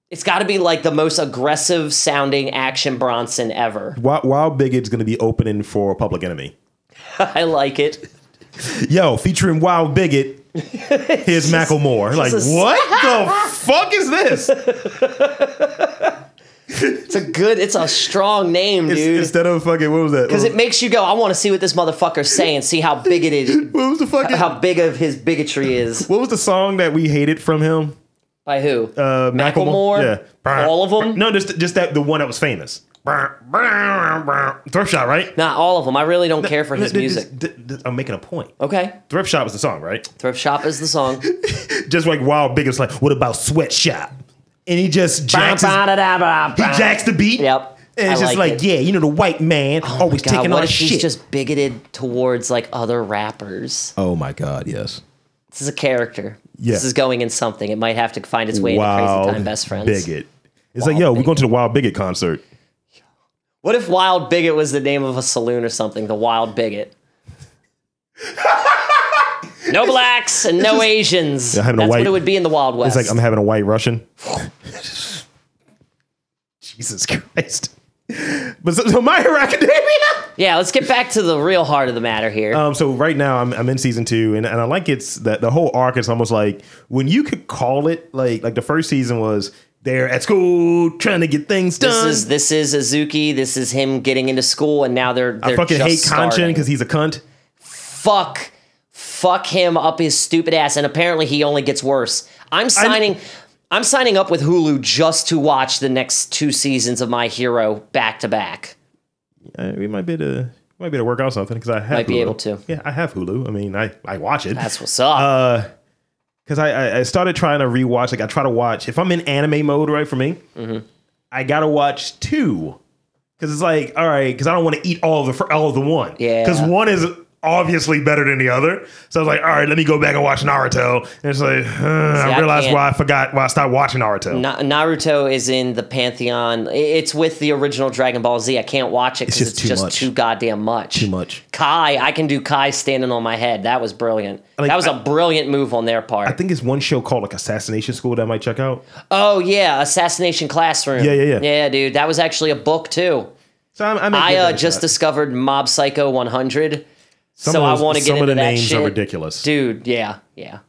[SPEAKER 2] it's gotta be like the most aggressive sounding action bronson ever [LAUGHS]
[SPEAKER 1] Wild, Wild Bigot's gonna be opening for Public Enemy.
[SPEAKER 2] i like it
[SPEAKER 1] Yo, featuring Wild Bigot.
[SPEAKER 2] [LAUGHS]
[SPEAKER 1] Here's Macklemore. Like
[SPEAKER 2] just a-
[SPEAKER 1] what the fuck is
[SPEAKER 2] [LAUGHS]
[SPEAKER 1] this?
[SPEAKER 2] it's a good it's a strong name dude
[SPEAKER 1] Instead of fucking what was that?
[SPEAKER 2] because it makes you go i want to see what this motherfucker's saying see how
[SPEAKER 1] [LAUGHS]
[SPEAKER 2] bigoted
[SPEAKER 1] what was the fucking
[SPEAKER 2] how big of his bigotry is
[SPEAKER 1] what was the song that we hated from him?
[SPEAKER 2] by who
[SPEAKER 1] Uh,
[SPEAKER 2] Macklemore?
[SPEAKER 1] Yeah.
[SPEAKER 2] All of 'em?
[SPEAKER 1] No, just just that the one that was famous.
[SPEAKER 3] Thrift shop, right?
[SPEAKER 2] not all of them i really don't care for his
[SPEAKER 1] Th- th-
[SPEAKER 2] music Oh.
[SPEAKER 1] th- th- I'm making a point.
[SPEAKER 2] okay
[SPEAKER 3] Thrift shop was the song,
[SPEAKER 1] [LAUGHS]
[SPEAKER 3] right?
[SPEAKER 2] thrift shop is the song
[SPEAKER 3] Just like Wild Bigot's like, what about sweatshop?
[SPEAKER 1] And he just jacks his-
[SPEAKER 2] Ba-ba-da-da-ba-da-ba.
[SPEAKER 1] he jacks the beat.
[SPEAKER 2] Yep.
[SPEAKER 1] And it's
[SPEAKER 2] I
[SPEAKER 1] just like,
[SPEAKER 2] like it. Oh
[SPEAKER 1] yeah, you know the white man always
[SPEAKER 2] God,
[SPEAKER 1] taking all
[SPEAKER 2] what
[SPEAKER 1] the
[SPEAKER 2] if he's
[SPEAKER 1] shit.
[SPEAKER 2] just bigoted towards like other rappers
[SPEAKER 1] oh my god, yes.
[SPEAKER 2] This is a character.
[SPEAKER 1] Yeah.
[SPEAKER 2] This is going in something. It might have to find its way into Crazy Time Best Friends.
[SPEAKER 1] bigot. It's like yo, we're going to the Wild Bigot concert.
[SPEAKER 2] What if Wild Bigot was the name of a saloon or something? The
[SPEAKER 1] [LAUGHS]
[SPEAKER 2] Wild Bigot. no blacks and no Asians.
[SPEAKER 1] Yeah, having
[SPEAKER 2] That's
[SPEAKER 1] a white-
[SPEAKER 2] what it would be in the Wild West.
[SPEAKER 1] It's like um, I'm having a white Russian. [LAUGHS] Jesus Christ. But so, so My [LAUGHS] Hero Academia.
[SPEAKER 2] yeah, let's get back to the real heart of the matter here.
[SPEAKER 1] Um, so right now I'm, I'm in season two, and, and I like it's that the whole arc is almost like when you could call it like like the first season was they're at school trying to get things
[SPEAKER 2] this
[SPEAKER 1] done.
[SPEAKER 2] is this is Azuki. This is him getting into school, and now they're they're
[SPEAKER 1] I fucking hate
[SPEAKER 2] just
[SPEAKER 1] Kanchan
[SPEAKER 2] starting.
[SPEAKER 1] because he's a cunt.
[SPEAKER 2] fuck fuck him up his stupid ass and apparently he only gets worse i'm signing i'm signing up with hulu just to watch the next two seasons of my hero back to back
[SPEAKER 1] Uh, we might be able to might be able to work out something because I have
[SPEAKER 2] Might
[SPEAKER 1] Hulu.
[SPEAKER 2] be able to.
[SPEAKER 1] Yeah, I have Hulu. I mean, I I watch it
[SPEAKER 2] that's what's up
[SPEAKER 1] Uh, because I, I I started trying to rewatch. Like I try to watch if I'm in anime mode, right? For me,
[SPEAKER 2] Mm-hmm.
[SPEAKER 1] I gotta watch two because it's like all right because I don't want to eat all of the fir- all of the one.
[SPEAKER 2] Yeah.
[SPEAKER 3] Because one is obviously better than the other. So I was like, all right, let me go back and watch Naruto. And it's like,
[SPEAKER 1] uh,
[SPEAKER 3] huh, I
[SPEAKER 2] I
[SPEAKER 3] realized
[SPEAKER 2] can't-
[SPEAKER 3] why I forgot why I stopped watching Naruto.
[SPEAKER 2] Na- Naruto is in the pantheon. I- It's with the original Dragon Ball Z. I can't watch it because it's
[SPEAKER 1] just
[SPEAKER 2] just,
[SPEAKER 1] too
[SPEAKER 2] too,
[SPEAKER 1] much.
[SPEAKER 2] goddamn much. Too
[SPEAKER 1] much.
[SPEAKER 2] Kai, I can do Kai standing on my head. That was brilliant.
[SPEAKER 1] Like,
[SPEAKER 2] that was a
[SPEAKER 1] I-
[SPEAKER 2] brilliant move on their part.
[SPEAKER 1] I think it's one show called like Assassination School that I might check out.
[SPEAKER 2] oh yeah, Assassination Classroom.
[SPEAKER 1] Yeah, yeah, yeah.
[SPEAKER 2] Yeah, dude, that was actually a book too.
[SPEAKER 1] So I'm, I'm
[SPEAKER 2] I uh, just discovered Mob Psycho 100, so I want to get
[SPEAKER 1] some
[SPEAKER 2] into
[SPEAKER 1] of the
[SPEAKER 2] that
[SPEAKER 1] names
[SPEAKER 2] shit.
[SPEAKER 1] are ridiculous. Mm-hmm.
[SPEAKER 2] dude. Yeah, yeah.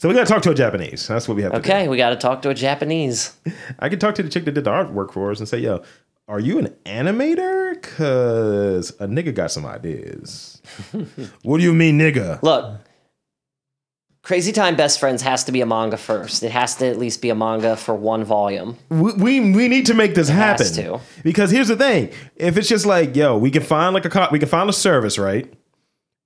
[SPEAKER 1] So we gotta talk to a Japanese. That's what we have to do.
[SPEAKER 2] Okay, we got to talk to a Japanese.
[SPEAKER 1] I can talk to the chick that did the artwork for us and say, yo, are you an animator? Cause a nigga got some
[SPEAKER 2] [LAUGHS]
[SPEAKER 1] ideas.
[SPEAKER 3] What do you mean, nigga?
[SPEAKER 2] Look, Crazy Time Best Friends has to be a manga first. It has to at least be a manga for one volume.
[SPEAKER 1] We we, we need to make this happen.
[SPEAKER 2] has to.
[SPEAKER 1] Because here's the thing. If it's just like, yo, we can find like a co- we can find a service, right?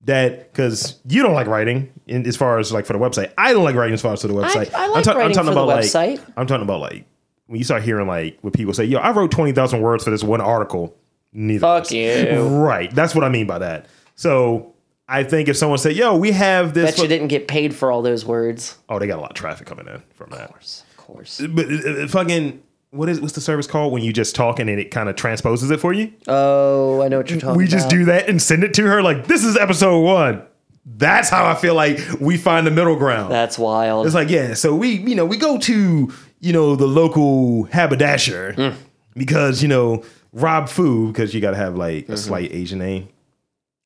[SPEAKER 1] That because you don't like writing in, as far as like for the website. I don't like writing as far as to the website.
[SPEAKER 2] I like writing for the
[SPEAKER 1] about
[SPEAKER 2] website.
[SPEAKER 1] like I'm talking about like when you start hearing like when people say, yo, I wrote twenty thousand words for this one article. Neither of us.
[SPEAKER 2] Fuck you.
[SPEAKER 1] Right. That's what I mean by that. So I think if someone said, "Yo, we have this,"
[SPEAKER 2] Bet you didn't get paid for all those words.
[SPEAKER 1] oh, they got a lot of traffic coming in from that.
[SPEAKER 2] Of course.
[SPEAKER 1] But uh, uh, fucking, what is what's the service called when you just talk and then it kind of transposes it for you?
[SPEAKER 2] Oh, I know what you're talking
[SPEAKER 3] We
[SPEAKER 2] about.
[SPEAKER 3] just do that and send it to her like, this is episode one.
[SPEAKER 1] That's how I feel like we find the middle ground.
[SPEAKER 2] That's wild.
[SPEAKER 1] It's like, yeah, so we, you know, we go to, you know, the local haberdasher
[SPEAKER 2] Mm.
[SPEAKER 1] because, you know, Rob Fu, because you got to have like
[SPEAKER 2] Mm-hmm.
[SPEAKER 1] a slight Asian name.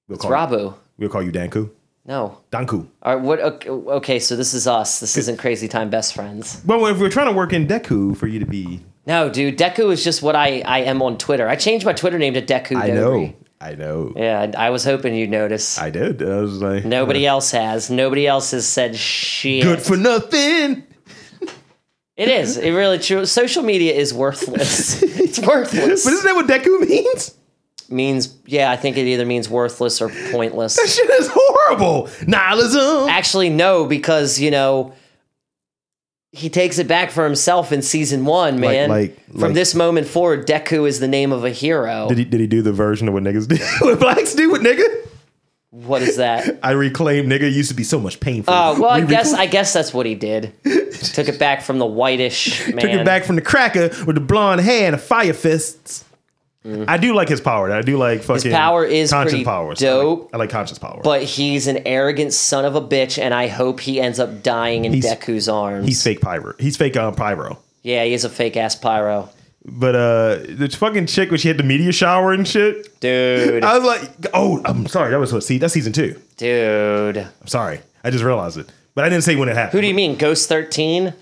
[SPEAKER 1] We'll call,
[SPEAKER 2] Rabu.
[SPEAKER 1] we'll call you Danku.
[SPEAKER 2] No.
[SPEAKER 1] Danku.
[SPEAKER 2] All right. What? Okay, okay. So this is us. This isn't Crazy Time Best Friends.
[SPEAKER 1] Well, if we're trying to work in Deku for you to be.
[SPEAKER 2] No, dude. Deku is just what I I am on Twitter. I changed my Twitter name to Deku.
[SPEAKER 1] I
[SPEAKER 2] Dodri.
[SPEAKER 1] know. I know.
[SPEAKER 2] Yeah, I I was hoping you'd notice.
[SPEAKER 1] I did. I was like,
[SPEAKER 2] Nobody else has. Nobody else has said shit.
[SPEAKER 1] good for nothing.
[SPEAKER 2] It is. It really true. Social media
[SPEAKER 1] [LAUGHS]
[SPEAKER 2] is worthless. it's worthless.
[SPEAKER 1] But isn't that what Deku [LAUGHS] means?
[SPEAKER 2] means yeah, I think it either means worthless or pointless.
[SPEAKER 1] That shit is horrible. Nihilism.
[SPEAKER 2] Actually, no, because you know he takes it back for himself in season one, man.
[SPEAKER 1] like-
[SPEAKER 2] From
[SPEAKER 1] like-
[SPEAKER 2] this moment forward, Deku is the name of a hero.
[SPEAKER 1] Did he, did he do the version of what niggas do? [LAUGHS] what blacks do with nigga?
[SPEAKER 2] what is that?
[SPEAKER 1] I reclaim nigga used to be so much painful.
[SPEAKER 2] Oh well, I
[SPEAKER 1] We
[SPEAKER 2] guess I guess that's what he did. Took it back from the whitish man.
[SPEAKER 1] [LAUGHS] Took it back from the cracker with the blonde hair and the fire fists. I do like his power. I do like fucking
[SPEAKER 2] Mm. power is
[SPEAKER 1] conscious
[SPEAKER 2] pretty
[SPEAKER 1] powers.
[SPEAKER 2] dope.
[SPEAKER 1] I like, I like conscious power.
[SPEAKER 2] But he's an arrogant son of a bitch, and I hope he ends up dying in
[SPEAKER 1] He's-
[SPEAKER 2] Deku's arms.
[SPEAKER 1] he's fake pyro. He's fake um, pyro.
[SPEAKER 2] yeah, he is a fake ass pyro,
[SPEAKER 1] But uh, the fucking chick when she had the meteor shower and shit,
[SPEAKER 2] dude. [LAUGHS]
[SPEAKER 1] I was like, oh, I'm sorry. That was what see that's season two.
[SPEAKER 2] dude,
[SPEAKER 1] I'm sorry. I just realized it, but I didn't say when it happened.
[SPEAKER 2] who do you mean, Ghost Thirteen,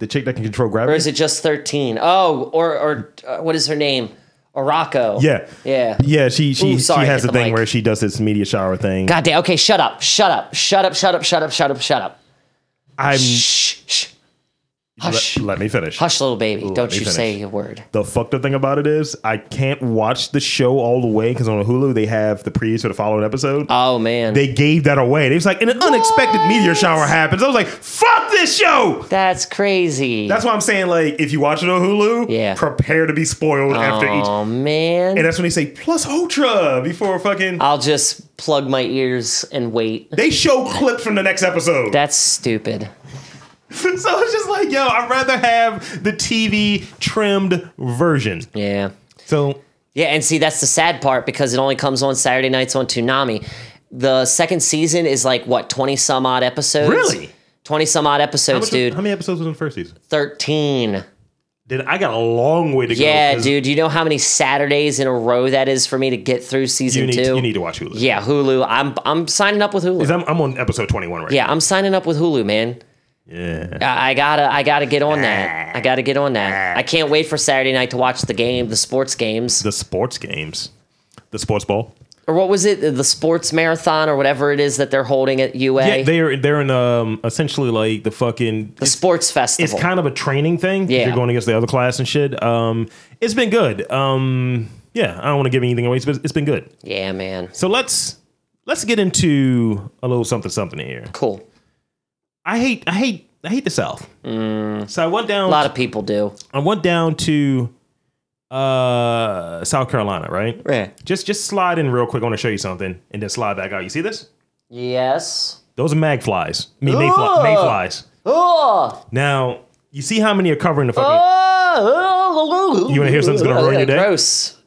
[SPEAKER 1] the chick that can control
[SPEAKER 2] or
[SPEAKER 1] gravity?
[SPEAKER 2] is it just Thirteen? Oh, or or uh, what is her name? Orako.
[SPEAKER 1] yeah,
[SPEAKER 2] yeah.
[SPEAKER 1] yeah. She she
[SPEAKER 2] Ooh,
[SPEAKER 1] she
[SPEAKER 2] sorry,
[SPEAKER 1] has
[SPEAKER 2] hit
[SPEAKER 1] the
[SPEAKER 2] the
[SPEAKER 1] thing
[SPEAKER 2] mic.
[SPEAKER 1] where she does this meteor shower thing.
[SPEAKER 2] God damn. Okay, shut up. Shut up. Shut up. Shut up. Shut up. Shut up. Shut up.
[SPEAKER 1] I'm
[SPEAKER 2] Shh. Shh. Hush.
[SPEAKER 1] let, let me finish.
[SPEAKER 2] Hush, little baby. Don't
[SPEAKER 1] me
[SPEAKER 2] you
[SPEAKER 1] finish.
[SPEAKER 2] say a word.
[SPEAKER 1] The fucked up thing about it is I can't watch the show all the way because on Hulu they have the previews for the following episode.
[SPEAKER 2] Oh man.
[SPEAKER 1] they gave that away. They was like, and an unexpected meteor shower happens. I was like, fuck this show.
[SPEAKER 2] That's crazy.
[SPEAKER 1] That's why I'm saying, like, if you watch it on Hulu,
[SPEAKER 2] Yeah.
[SPEAKER 1] prepare to be spoiled after each.
[SPEAKER 2] oh man.
[SPEAKER 1] And that's when they say plus ultra before fucking.
[SPEAKER 2] I'll just plug my ears and wait.
[SPEAKER 1] they show clips from the next episode.
[SPEAKER 2] That's stupid.
[SPEAKER 1] [LAUGHS] so it's just like, yo, I'd rather have the TV trimmed version.
[SPEAKER 2] Yeah.
[SPEAKER 1] So
[SPEAKER 2] Yeah, and see, that's the sad part because it only comes on Saturday nights on Toonami. The second season is like, what, 20 some odd episodes?
[SPEAKER 1] Really?
[SPEAKER 2] 20 some odd
[SPEAKER 1] how,
[SPEAKER 2] episodes,
[SPEAKER 1] much-
[SPEAKER 2] dude.
[SPEAKER 1] how many episodes was in the first season?
[SPEAKER 2] 13.
[SPEAKER 1] Did I got a long way to go.
[SPEAKER 2] Yeah,
[SPEAKER 1] 'cause
[SPEAKER 2] dude. You know how many Saturdays in a row that is for me to get through
[SPEAKER 1] You
[SPEAKER 2] season
[SPEAKER 1] need,
[SPEAKER 2] two?
[SPEAKER 1] you need to watch Hulu.
[SPEAKER 2] yeah, Hulu. I'm I'm signing up with Hulu.
[SPEAKER 1] 'Cause I'm, I'm on episode 21 right
[SPEAKER 2] yeah, I'm signing up with Hulu, man.
[SPEAKER 1] now. Yeah.
[SPEAKER 2] I I gotta, I gotta get on
[SPEAKER 1] Ah.
[SPEAKER 2] that. I gotta get on that. I can't wait for Saturday night to watch the game, the sports games,
[SPEAKER 1] The sports games. The sports ball.
[SPEAKER 2] or what was it, the sports marathon, or whatever it is that they're holding at UA,
[SPEAKER 1] Yeah, they are they're in um essentially like the fucking
[SPEAKER 2] the sports
[SPEAKER 1] it's
[SPEAKER 2] festival.
[SPEAKER 1] kind of a training thing. 'cause
[SPEAKER 2] Yeah.
[SPEAKER 1] You're going against the other class and shit. Um it's been good. Um yeah, I don't want to give anything away, but it's been good.
[SPEAKER 2] yeah, man,
[SPEAKER 1] So let's let's get into a little something something here.
[SPEAKER 2] cool.
[SPEAKER 1] I hate I hate I hate the South. So I went
[SPEAKER 2] A
[SPEAKER 1] down
[SPEAKER 2] Mm. lot of people do.
[SPEAKER 1] I went down to uh South Carolina, right?
[SPEAKER 2] Yeah.
[SPEAKER 1] Just just slide in real quick. I want to show you something, and then slide back out. You see this?
[SPEAKER 2] Yes.
[SPEAKER 1] Those are magflies. I mean, mayfly,
[SPEAKER 2] Ugh.
[SPEAKER 1] mayflies.
[SPEAKER 2] Oh.
[SPEAKER 1] Now you see how many are covering the fucking.
[SPEAKER 2] Oh.
[SPEAKER 1] You wanna hear something's gonna ruin your day?
[SPEAKER 2] Gross.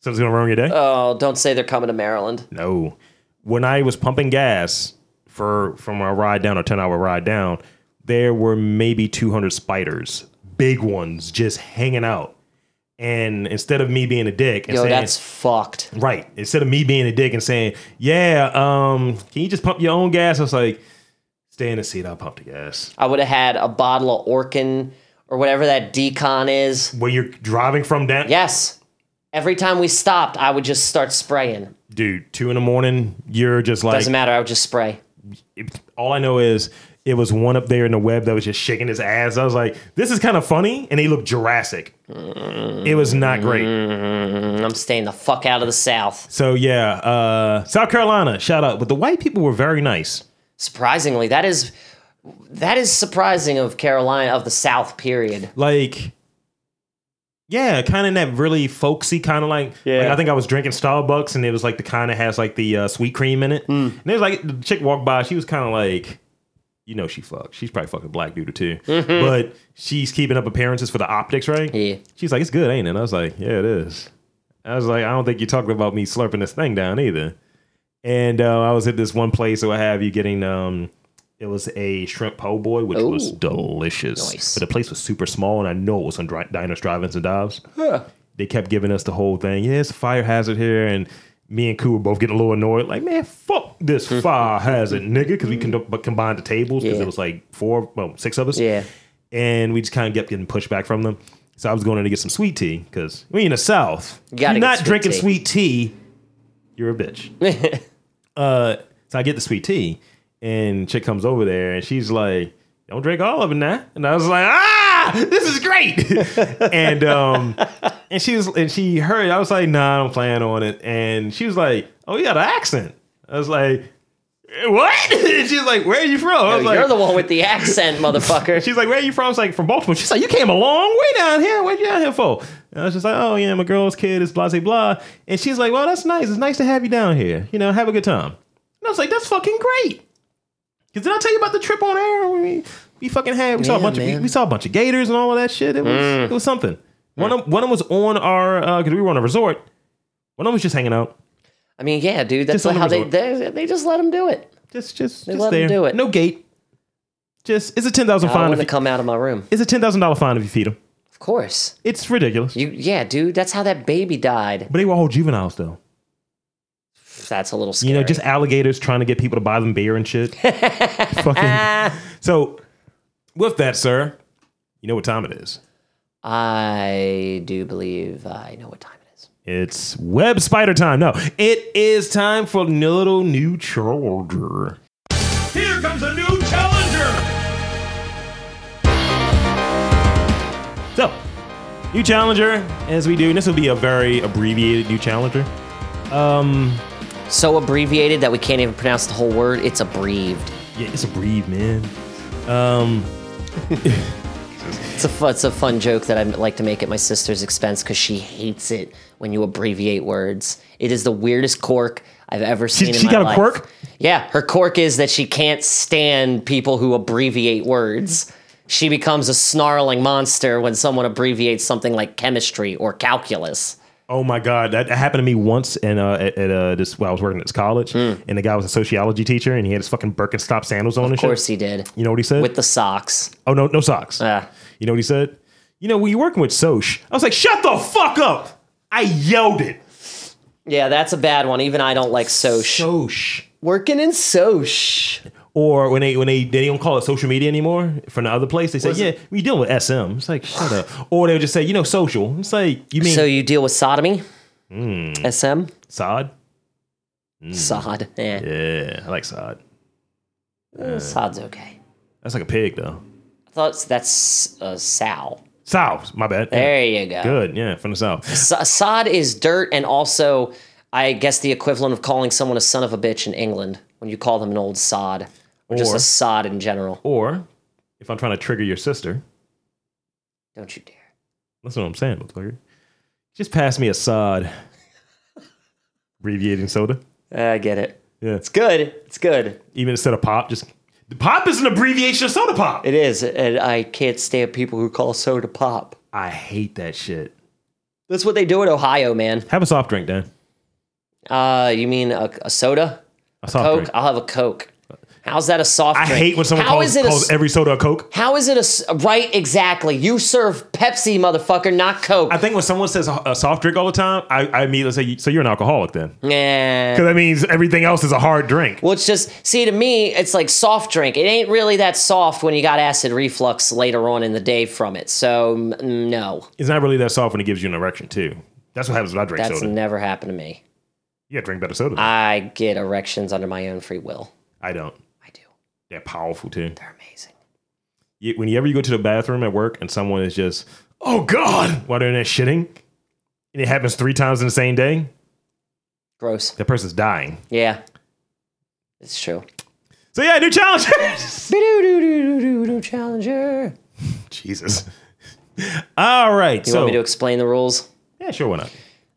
[SPEAKER 1] Something's gonna ruin your day.
[SPEAKER 2] Oh, don't say they're coming to Maryland.
[SPEAKER 1] no, when I was pumping gas for from our ride down, a ten hour ride down, there were maybe two hundred spiders, big ones, just hanging out. And instead of me being a dick and
[SPEAKER 2] Yo,
[SPEAKER 1] saying,
[SPEAKER 2] that's fucked.
[SPEAKER 1] Right. Instead of me being a dick and saying, "Yeah, um, can you just pump your own gas?" I was like, "Stay in the seat. I'll pump the gas."
[SPEAKER 2] I would have had a bottle of Orkin or whatever that decon is.
[SPEAKER 1] Where you're driving from down,
[SPEAKER 2] Yes. Every time we stopped, I would just start spraying.
[SPEAKER 1] dude, two in the morning. You're just like,
[SPEAKER 2] Doesn't matter. I would just spray.
[SPEAKER 1] it- all I know is it was one up there in the web that was just shaking his ass. I was like, "This is kind of funny," and he looked Jurassic. It was not great.
[SPEAKER 2] And I'm staying the fuck out of the South.
[SPEAKER 1] So yeah, uh, South Carolina, shout out. But the white people were very nice.
[SPEAKER 2] Surprisingly, that is that is surprising of Carolina of the South. Period. [LAUGHS]
[SPEAKER 1] like yeah kind of that really folksy kind of like yeah i think i was drinking starbucks and it was like the kind of has like the uh, sweet cream in it and it was like the chick walked by she was kind of like you know she fucked she's probably fucking black dude or 2 but she's keeping up appearances for the optics right
[SPEAKER 2] Yeah.
[SPEAKER 1] she's like it's good ain't it and i was like yeah it is i was like i don't think you're talking about me slurping this thing down either And uh, I was at this one place, so I have you getting um, it was a shrimp po' boy, which was
[SPEAKER 2] Ooh.
[SPEAKER 1] delicious.
[SPEAKER 2] Nice.
[SPEAKER 1] But the place was super small, and I know it was on dri- diners, drive-ins, and dives. They kept giving us the whole thing. Yeah, it's a fire hazard here, and me and Koo were both getting a little annoyed. Like, man, fuck this
[SPEAKER 2] [LAUGHS]
[SPEAKER 1] fire hazard, nigga, because we con- but combined the tables because
[SPEAKER 2] Yeah.
[SPEAKER 1] it was like four, well, six of us.
[SPEAKER 2] Yeah.
[SPEAKER 1] and we just kind of kept getting pushback from them. So I was going in to get some sweet tea because we in the South.
[SPEAKER 2] gotta
[SPEAKER 1] You're
[SPEAKER 2] get
[SPEAKER 1] not
[SPEAKER 2] sweet
[SPEAKER 1] drinking
[SPEAKER 2] tea.
[SPEAKER 1] sweet tea. You're a bitch. So I get the sweet tea, and chick comes over there, and she's like, "Don't drink all of it now." And I was like, "Ah, this is
[SPEAKER 2] [LAUGHS]
[SPEAKER 1] great." and um, and she was, and she heard. I was like, "Nah, I don't plan on it." And she was like, "Oh, you got an accent." I was like, "What?" [LAUGHS] And she's like, "Where are you from?" I was like,
[SPEAKER 2] You're the one with the
[SPEAKER 1] [LAUGHS]
[SPEAKER 2] accent, motherfucker.
[SPEAKER 1] She's like, "Where are you from?" I was like, "From Baltimore." She's like, "You came a long way down here. What you down here for?" And I was just like, "Oh yeah, my girl's kid is blah blah blah." And she's like, "Well, that's nice. It's nice to have you down here. You know, have a good time." And I was like, "That's fucking great." Cause did I tell you about the trip on air? We, we fucking had we saw a
[SPEAKER 2] Yeah,
[SPEAKER 1] bunch of
[SPEAKER 2] man.
[SPEAKER 1] we, we saw a bunch of gators and all of that shit. It was it was something. One of one of them was on our because we were on a resort. One of them was just hanging out.
[SPEAKER 2] I mean, yeah, dude. That's
[SPEAKER 1] Just let
[SPEAKER 2] how
[SPEAKER 1] them
[SPEAKER 2] they, they they just let him do it.
[SPEAKER 1] Just just just
[SPEAKER 2] let 'em
[SPEAKER 1] there.
[SPEAKER 2] do it.
[SPEAKER 1] No gate. Just it's a ten thousand
[SPEAKER 2] I don't
[SPEAKER 1] fine.
[SPEAKER 2] want
[SPEAKER 1] If you,
[SPEAKER 2] to come out of my room.
[SPEAKER 1] it's a ten thousand dollar fine if you feed them.
[SPEAKER 2] Of course.
[SPEAKER 1] It's ridiculous.
[SPEAKER 2] You yeah, dude. That's how that baby died.
[SPEAKER 1] But they were all juveniles, though.
[SPEAKER 2] That's a little scary.
[SPEAKER 1] You know, just alligators trying to get people to buy them beer and shit. Fucking. So, with that, sir, you know what time it is.
[SPEAKER 2] [LAUGHS] I do believe uh, I know what time it is.
[SPEAKER 1] It's web spider time. No, it is time for little new challenger.
[SPEAKER 3] Here comes a new challenger.
[SPEAKER 1] So, new challenger, as we do, and this will be a very abbreviated new challenger.
[SPEAKER 2] So abbreviated that we can't even pronounce the whole word. It's abbreviated.
[SPEAKER 1] Yeah, it's a breed, man.
[SPEAKER 2] It's a fun, it's a fun joke that I like to make at my sister's expense because she hates it when you abbreviate words. It is the weirdest quirk I've ever seen. in
[SPEAKER 1] she
[SPEAKER 2] my
[SPEAKER 1] got a
[SPEAKER 2] life.
[SPEAKER 1] quirk?
[SPEAKER 2] Yeah, her quirk is that she can't stand people who abbreviate words. She becomes a snarling monster when someone abbreviates something like chemistry or calculus.
[SPEAKER 1] Oh my god, that happened to me once in uh, at, at uh, this while I was working at this college, and the guy was a sociology teacher, and he had his fucking Birkenstock sandals on and
[SPEAKER 2] Hmm. Of course,
[SPEAKER 1] shit.
[SPEAKER 2] he did
[SPEAKER 1] You know what he said?
[SPEAKER 2] with the socks.
[SPEAKER 1] Oh no, no socks.
[SPEAKER 2] Ah.
[SPEAKER 1] You know what he said? You know, when you're working with Soch, I was like, shut the fuck up. I yelled it.
[SPEAKER 2] Yeah, that's a bad one. Even I don't like Soch.
[SPEAKER 1] Soch.
[SPEAKER 2] Working in Soch.
[SPEAKER 1] Or when they when they they don't call it social media anymore from the other place, they say, Yeah, we deal with SM. It's like, shut up.
[SPEAKER 2] [SIGHS]
[SPEAKER 1] Or they'll just say, you know, social. It's like, you mean
[SPEAKER 2] So you deal with sodomy? Hmm. SM?
[SPEAKER 1] sod?
[SPEAKER 2] Sod. Eh.
[SPEAKER 1] Yeah, I like sod.
[SPEAKER 2] Eh, Sod's okay.
[SPEAKER 1] That's like a pig though.
[SPEAKER 2] I thought s- that's a sow.
[SPEAKER 1] South, my bad. Yeah.
[SPEAKER 2] There you go.
[SPEAKER 1] Good, yeah, from the south.
[SPEAKER 2] So- sod is dirt and also, I guess, the equivalent of calling someone a son of a bitch in England when you call them an old sod or, just
[SPEAKER 1] Or-
[SPEAKER 2] a sod in general.
[SPEAKER 1] Or if I'm trying to trigger your sister,
[SPEAKER 2] Don't you dare.
[SPEAKER 1] that's what I'm saying, motherfucker. Just pass me a sod. Abbreviating soda.
[SPEAKER 2] I get it.
[SPEAKER 1] Yeah.
[SPEAKER 2] It's good. It's good.
[SPEAKER 1] even instead of pop, just the pop is an abbreviation of soda pop.
[SPEAKER 2] It is. And I can't stand people who call soda pop.
[SPEAKER 1] I hate that shit.
[SPEAKER 2] That's what they do in Ohio, man.
[SPEAKER 1] Have a soft drink, Dan.
[SPEAKER 2] Uh, you mean a, a soda?
[SPEAKER 1] A soft
[SPEAKER 2] Coke.
[SPEAKER 1] drink.
[SPEAKER 2] I'll have a Coke. How's that a soft
[SPEAKER 1] I
[SPEAKER 2] drink?
[SPEAKER 1] hate when someone
[SPEAKER 2] How
[SPEAKER 1] calls,
[SPEAKER 2] is it a
[SPEAKER 1] calls
[SPEAKER 2] s-
[SPEAKER 1] every soda a Coke.
[SPEAKER 2] How is it a s- right? Exactly. You serve Pepsi, motherfucker, not Coke.
[SPEAKER 1] I think when someone says a, a soft drink all the time, I, I immediately say, "So you're an alcoholic then?"
[SPEAKER 2] Nah.
[SPEAKER 1] Because that means everything else is a hard drink.
[SPEAKER 2] Well, it's just see to me, it's like soft drink. It ain't really that soft when you got acid reflux later on in the day from it. So mm, no,
[SPEAKER 1] It's not really that soft when it gives you an erection too. That's what happens when I drink
[SPEAKER 2] that's
[SPEAKER 1] soda.
[SPEAKER 2] never happened to me.
[SPEAKER 1] you gotta drink better soda. I,
[SPEAKER 2] I get erections under my own free will.
[SPEAKER 1] don't.
[SPEAKER 2] I do.
[SPEAKER 1] They're powerful too.
[SPEAKER 2] They're amazing.
[SPEAKER 1] You, whenever you go to the bathroom at work and someone is just, "Oh God," while they're in there shitting, and it happens three times in the same day,
[SPEAKER 2] Gross.
[SPEAKER 1] that person's dying.
[SPEAKER 2] Yeah, it's true.
[SPEAKER 1] So yeah, new challenges.
[SPEAKER 2] Be-do-do-do-do-do-do, Challenger.
[SPEAKER 1] [LAUGHS] Jesus. All right.
[SPEAKER 2] You
[SPEAKER 1] so
[SPEAKER 2] want me to explain the rules?
[SPEAKER 1] yeah, sure, why not?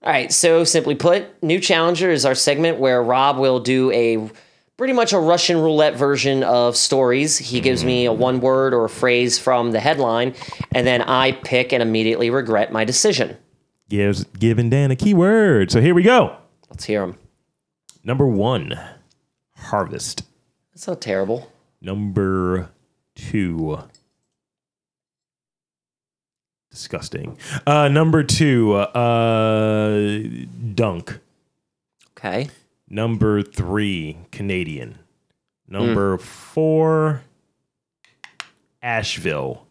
[SPEAKER 2] All right, so simply put, New Challenger is our segment where Rob will do a pretty much a Russian roulette version of stories. He gives me a one word or a phrase from the headline, and then I pick and immediately regret my decision.
[SPEAKER 1] Gives giving Dan a keyword. So here we go.
[SPEAKER 2] Let's hear him.
[SPEAKER 1] Number one, Harvest.
[SPEAKER 2] That's not terrible.
[SPEAKER 1] Number two, disgusting. Uh, number two, uh, Dunk.
[SPEAKER 2] Okay.
[SPEAKER 1] Number three, Canadian. Number four, Asheville.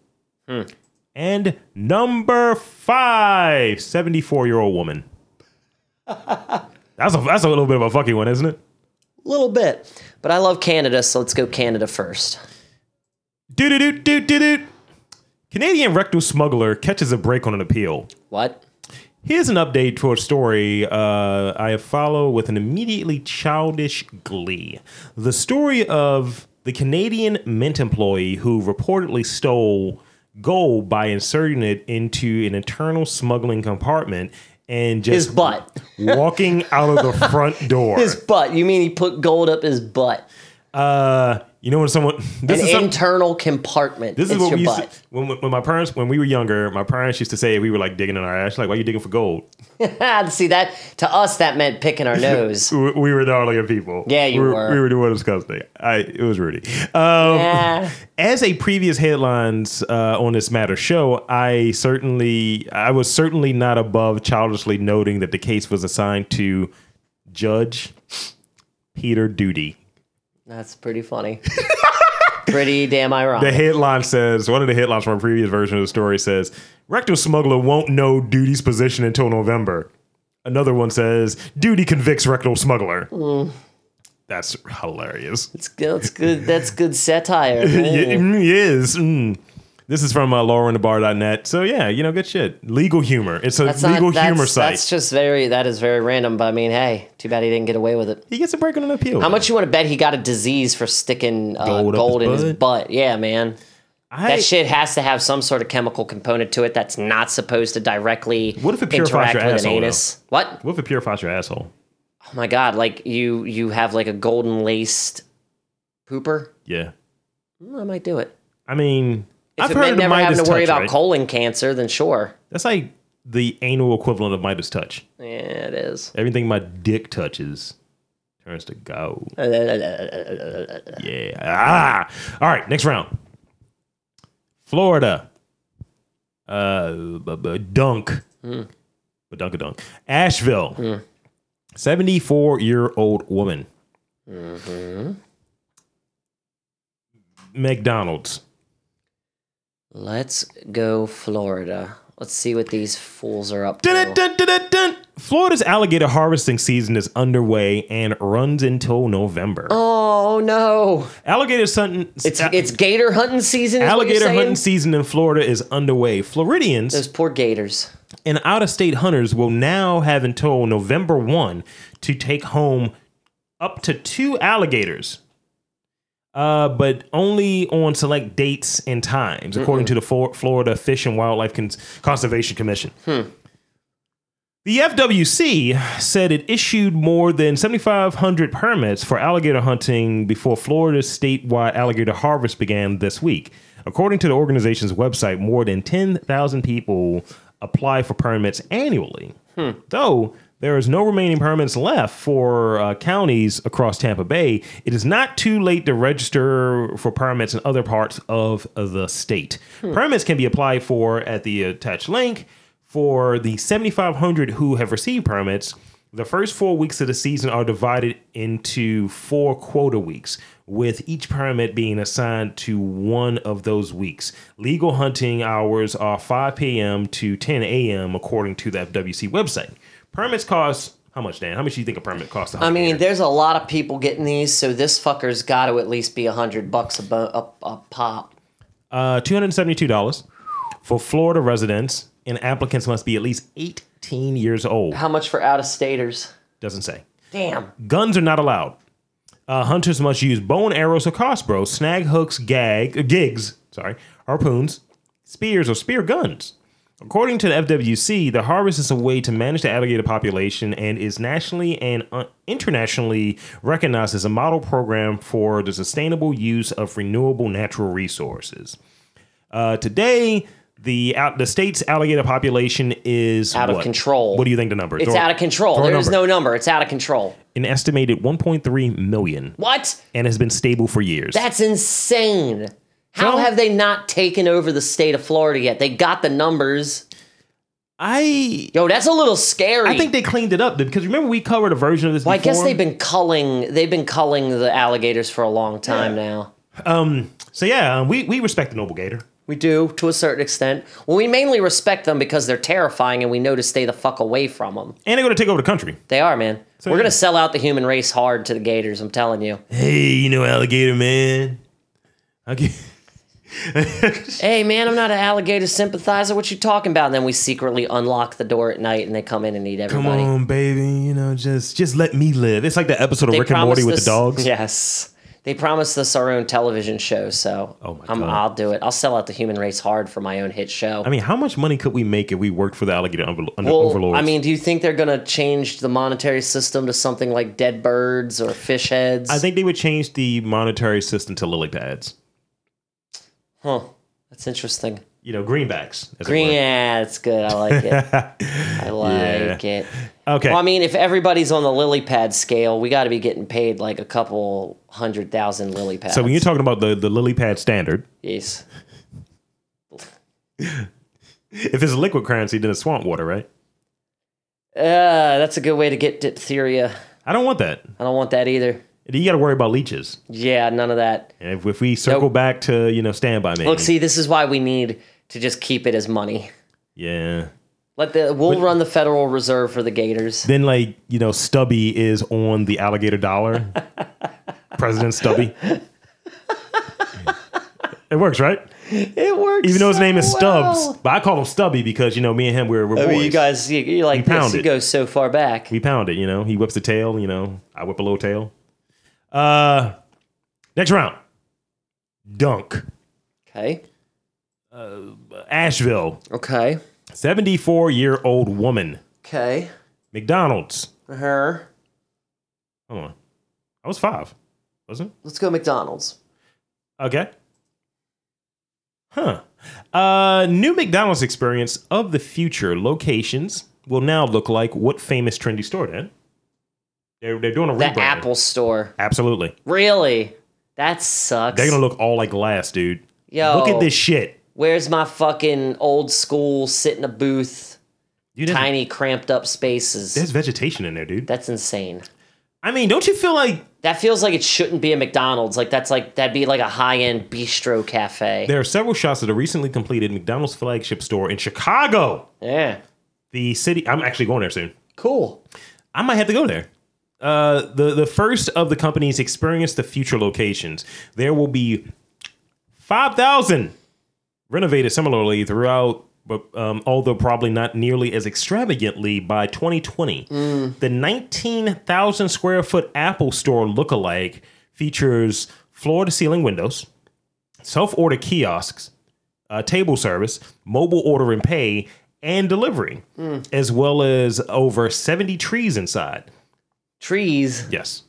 [SPEAKER 1] And number five, 74 year old woman. that's, a, that's a little bit of a fucking one, isn't it?
[SPEAKER 2] little bit. But I love Canada, so let's go Canada first.
[SPEAKER 1] Do do do do do do. Canadian rectal smuggler catches a break on an appeal.
[SPEAKER 2] What?
[SPEAKER 1] Here's an update to a story uh, I follow with an immediately childish glee. The story of the Canadian mint employee who reportedly stole gold by inserting it into an internal smuggling compartment and
[SPEAKER 2] His
[SPEAKER 1] just
[SPEAKER 2] butt.
[SPEAKER 1] walking out of
[SPEAKER 2] [LAUGHS]
[SPEAKER 1] the front door.
[SPEAKER 2] His butt. You mean he put gold up his butt?
[SPEAKER 1] Uh, you know when someone this
[SPEAKER 2] An
[SPEAKER 1] is some-
[SPEAKER 2] internal compartment.
[SPEAKER 1] This
[SPEAKER 2] it's
[SPEAKER 1] is what
[SPEAKER 2] your
[SPEAKER 1] we used
[SPEAKER 2] butt.
[SPEAKER 1] to, when, when my parents when we were younger. My parents used to say we were like digging in our ass. Like, why you digging for gold?
[SPEAKER 2] See [LAUGHS] that to us that meant picking our [LAUGHS] nose.
[SPEAKER 1] We, we were darling people.
[SPEAKER 2] Yeah, you
[SPEAKER 1] we
[SPEAKER 2] were.
[SPEAKER 1] We were doing disgusting. I it was Rudy. Um,
[SPEAKER 2] yeah.
[SPEAKER 1] As a previous headlines uh, on this matter show, I certainly I was certainly not above childishly noting that the case was assigned to Judge Peter Duty.
[SPEAKER 2] That's pretty funny. [LAUGHS] pretty damn ironic.
[SPEAKER 1] The headline says one of the headlines from a previous version of the story says rectal smuggler won't know duty's position until November. Another one says duty convicts rectal smuggler.
[SPEAKER 2] Mm.
[SPEAKER 1] That's hilarious.
[SPEAKER 2] It's good- That's good. That's good
[SPEAKER 1] [LAUGHS]
[SPEAKER 2] satire.
[SPEAKER 1] Yeah, mm, yes. mm. This is from uh, laurinthebar.net. So yeah, you know, good shit. Legal humor. It's a
[SPEAKER 2] That's not-
[SPEAKER 1] legal
[SPEAKER 2] that's-
[SPEAKER 1] humor site.
[SPEAKER 2] That's just very. That is very random. But I mean, hey, too bad he didn't get away with it.
[SPEAKER 1] he gets a break on an appeal.
[SPEAKER 2] How much you want to bet he got a disease for sticking uh,
[SPEAKER 1] Gold
[SPEAKER 2] gold,
[SPEAKER 1] up
[SPEAKER 2] in
[SPEAKER 1] his
[SPEAKER 2] his butt? Yeah, man.
[SPEAKER 1] I,
[SPEAKER 2] That shit has to have some sort of chemical component to it that's not supposed to directly
[SPEAKER 1] What if it purifies
[SPEAKER 2] interact
[SPEAKER 1] your
[SPEAKER 2] with
[SPEAKER 1] asshole,
[SPEAKER 2] an anus. What?
[SPEAKER 1] What if it purifies your asshole?
[SPEAKER 2] Oh my god! Like you, you have like a golden laced pooper.
[SPEAKER 1] Yeah.
[SPEAKER 2] Mm, I might do it.
[SPEAKER 1] I mean,
[SPEAKER 2] If
[SPEAKER 1] I've
[SPEAKER 2] it
[SPEAKER 1] heard
[SPEAKER 2] meant
[SPEAKER 1] of
[SPEAKER 2] never
[SPEAKER 1] Midas
[SPEAKER 2] having to worry
[SPEAKER 1] touch,
[SPEAKER 2] about
[SPEAKER 1] right?
[SPEAKER 2] colon cancer, then sure.
[SPEAKER 1] That's like the anal equivalent of Midas touch.
[SPEAKER 2] Yeah, it is.
[SPEAKER 1] Everything my dick touches turns to gold. Yeah. Ah. All right. Next round. Florida. Uh, b- b- dunk. But dunk a dunk. Asheville. Seventy-four year old woman. McDonald's.
[SPEAKER 2] Let's go Florida. Let's see what these fools are up
[SPEAKER 1] Dun,
[SPEAKER 2] to.
[SPEAKER 1] dun, dun, dun, dun. Florida's alligator harvesting season is underway and runs until November.
[SPEAKER 2] Oh no!
[SPEAKER 1] Alligator hunting.
[SPEAKER 2] It's it's gator hunting season. Is what
[SPEAKER 1] Alligator
[SPEAKER 2] you're
[SPEAKER 1] hunting
[SPEAKER 2] hunting.
[SPEAKER 1] season in Florida is underway. Floridians
[SPEAKER 2] Those poor gators.
[SPEAKER 1] and out of state hunters will now have until November 1 to take home up to two alligators, uh, but only on select dates and times, according to the For- Florida Fish and Wildlife Cons- Conservation Commission. The FWC said it issued more than 7,500 permits for alligator hunting before Florida's statewide alligator harvest began this week. According to the organization's website, more than 10,000 people apply for permits annually. Though there is no remaining permits left for uh, counties across Tampa Bay, it is not too late to register for permits in other parts of the state. Permits can be applied for at the attached link. For the 7,500 who have received permits, the first four weeks of the season are divided into four quota weeks, with each permit being assigned to one of those weeks. Legal hunting hours are 5 p.m. to 10 a.m., according to the FWC website. Permits cost how much, Dan? How much do you think a permit costs? to
[SPEAKER 2] I
[SPEAKER 1] hunt
[SPEAKER 2] mean,
[SPEAKER 1] deer?
[SPEAKER 2] there's a lot of people getting these, so this fucker's got to at least be a hundred bucks a, bo- a, a pop.
[SPEAKER 1] uh, $272 for Florida residents, and applicants must be at least 18 years old.
[SPEAKER 2] How much for out of staters?
[SPEAKER 1] Doesn't say.
[SPEAKER 2] Damn.
[SPEAKER 1] Guns are not allowed. Uh, hunters must use bow and arrows or crossbows, snag hooks, gag uh, gigs, sorry, harpoons, spears, or spear guns. According to the FWC, the harvest is a way to manage the alligator population and is nationally and uh, internationally recognized as a model program for the sustainable use of renewable natural resources. Uh, today, The out the state's alligator population is
[SPEAKER 2] Out of
[SPEAKER 1] what?
[SPEAKER 2] control.
[SPEAKER 1] What do you think the number?
[SPEAKER 2] It's out of control. There is no number. It's out of control.
[SPEAKER 1] an estimated 1.3 million
[SPEAKER 2] What?
[SPEAKER 1] and has been stable for years.
[SPEAKER 2] That's insane. How
[SPEAKER 1] Well-
[SPEAKER 2] have they not taken over the state of Florida yet? They got the numbers.
[SPEAKER 1] I
[SPEAKER 2] Yo, that's a little scary.
[SPEAKER 1] I think they cleaned it up because remember we covered a version of this.
[SPEAKER 2] Well, I guess
[SPEAKER 1] before?
[SPEAKER 2] they've been culling. They've been culling the alligators for a long time now.
[SPEAKER 1] So yeah, um, we we respect the noble gator.
[SPEAKER 2] We do to a certain extent. Well, we mainly respect them because they're terrifying, and we know to stay the fuck away from them.
[SPEAKER 1] And they're going to take over the country.
[SPEAKER 2] They are, man. We're
[SPEAKER 1] yeah.
[SPEAKER 2] gonna sell out the human race hard to the gators. I'm
[SPEAKER 1] [LAUGHS]
[SPEAKER 2] telling you.
[SPEAKER 1] Hey, you know alligator man. Okay.
[SPEAKER 2] Hey, man, I'm not an alligator sympathizer. What you talking about? And then we secretly unlock the door at night, and they come in and eat
[SPEAKER 1] [LAUGHS] Come
[SPEAKER 2] everybody.
[SPEAKER 1] on, baby. You know, just just let me live. It's like the episode of
[SPEAKER 2] They
[SPEAKER 1] Rick and
[SPEAKER 2] promised
[SPEAKER 1] Morty with the
[SPEAKER 2] us-
[SPEAKER 1] dogs.
[SPEAKER 2] Yes. They promised us our own television show, so
[SPEAKER 1] Oh my
[SPEAKER 2] I'm,
[SPEAKER 1] God.
[SPEAKER 2] I'll do it. I'll sell out the human race hard for my own hit show.
[SPEAKER 1] I mean, how much money could we make if we worked for the alligator under, under
[SPEAKER 2] Well,
[SPEAKER 1] overlords?
[SPEAKER 2] I mean, do you think they're going to change the monetary system to something like dead birds or fish heads?
[SPEAKER 1] I think they would change the monetary system to lily pads.
[SPEAKER 2] Huh. That's interesting.
[SPEAKER 1] You know, greenbacks. as it
[SPEAKER 2] Green.
[SPEAKER 1] were.
[SPEAKER 2] Yeah, it's good. I
[SPEAKER 1] [LAUGHS]
[SPEAKER 2] like it. I like it.
[SPEAKER 1] Okay.
[SPEAKER 2] Well, I mean, if everybody's on the lily pad scale, we got to be getting paid like a couple hundred thousand lily pads.
[SPEAKER 1] so when you're talking about the, the lily pad standard,
[SPEAKER 2] yes.
[SPEAKER 1] if it's a liquid currency, then it's swamp water, right?
[SPEAKER 2] Uh, that's a good way to get diphtheria.
[SPEAKER 1] I don't want that.
[SPEAKER 2] I don't want that either.
[SPEAKER 1] You got to worry about leeches.
[SPEAKER 2] Yeah, none of that.
[SPEAKER 1] And if, if we circle back to you know Stand by Me,
[SPEAKER 2] Look, see, this is why we need to just keep it as money.
[SPEAKER 1] yeah.
[SPEAKER 2] Let the we'll run the Federal Reserve for the Gators.
[SPEAKER 1] Then like you know Stubby is on the alligator
[SPEAKER 2] [LAUGHS]
[SPEAKER 1] dollar, President Stubby. it works, right?
[SPEAKER 2] It works.
[SPEAKER 1] Even though his
[SPEAKER 2] so
[SPEAKER 1] name is
[SPEAKER 2] well.
[SPEAKER 1] Stubbs, but I call him Stubby because you know me and him we're, we're
[SPEAKER 2] I
[SPEAKER 1] boys.
[SPEAKER 2] mean, you guys, you, you like
[SPEAKER 1] pound
[SPEAKER 2] this. You
[SPEAKER 1] it.
[SPEAKER 2] go so far back.
[SPEAKER 1] we pound it, you know. He whips the tail, you know. I whip a little tail. Uh, next round, dunk.
[SPEAKER 2] Okay.
[SPEAKER 1] Asheville,
[SPEAKER 2] Okay.
[SPEAKER 1] seventy-four year old woman,
[SPEAKER 2] Okay.
[SPEAKER 1] McDonald's.
[SPEAKER 2] Her.
[SPEAKER 1] Hold on, I was five, wasn't? it?
[SPEAKER 2] Let's go McDonald's.
[SPEAKER 1] Okay. Huh. Uh, new McDonald's experience of the future locations will now look like what famous trendy store then? They're, they're doing a
[SPEAKER 2] The
[SPEAKER 1] rebrand.
[SPEAKER 2] Apple Store.
[SPEAKER 1] Absolutely.
[SPEAKER 2] Really? That sucks.
[SPEAKER 1] They're going to look all like glass, dude.
[SPEAKER 2] Yo,
[SPEAKER 1] Look at this shit.
[SPEAKER 2] Where's my fucking old school sit in a booth,
[SPEAKER 1] Dude, there's,
[SPEAKER 2] tiny cramped up spaces?
[SPEAKER 1] there's vegetation in there, dude.
[SPEAKER 2] That's insane.
[SPEAKER 1] I mean, don't you feel like
[SPEAKER 2] That feels like it shouldn't be a McDonald's. Like that's like that'd be like a high end bistro cafe.
[SPEAKER 1] there are several shots of the recently completed McDonald's flagship store in Chicago?
[SPEAKER 2] yeah.
[SPEAKER 1] The city. I'm actually going there soon.
[SPEAKER 2] Cool.
[SPEAKER 1] I might have to go there. Uh, the the first of the companies experience the future locations. There will be five thousand renovated similarly throughout, but um, although probably not nearly as extravagantly by 2020. The nineteen thousand square foot Apple Store lookalike features floor to ceiling windows, self order kiosks, uh, table service, mobile order and pay, and delivery, as well as over 70 trees inside.
[SPEAKER 2] Trees.
[SPEAKER 1] Yes.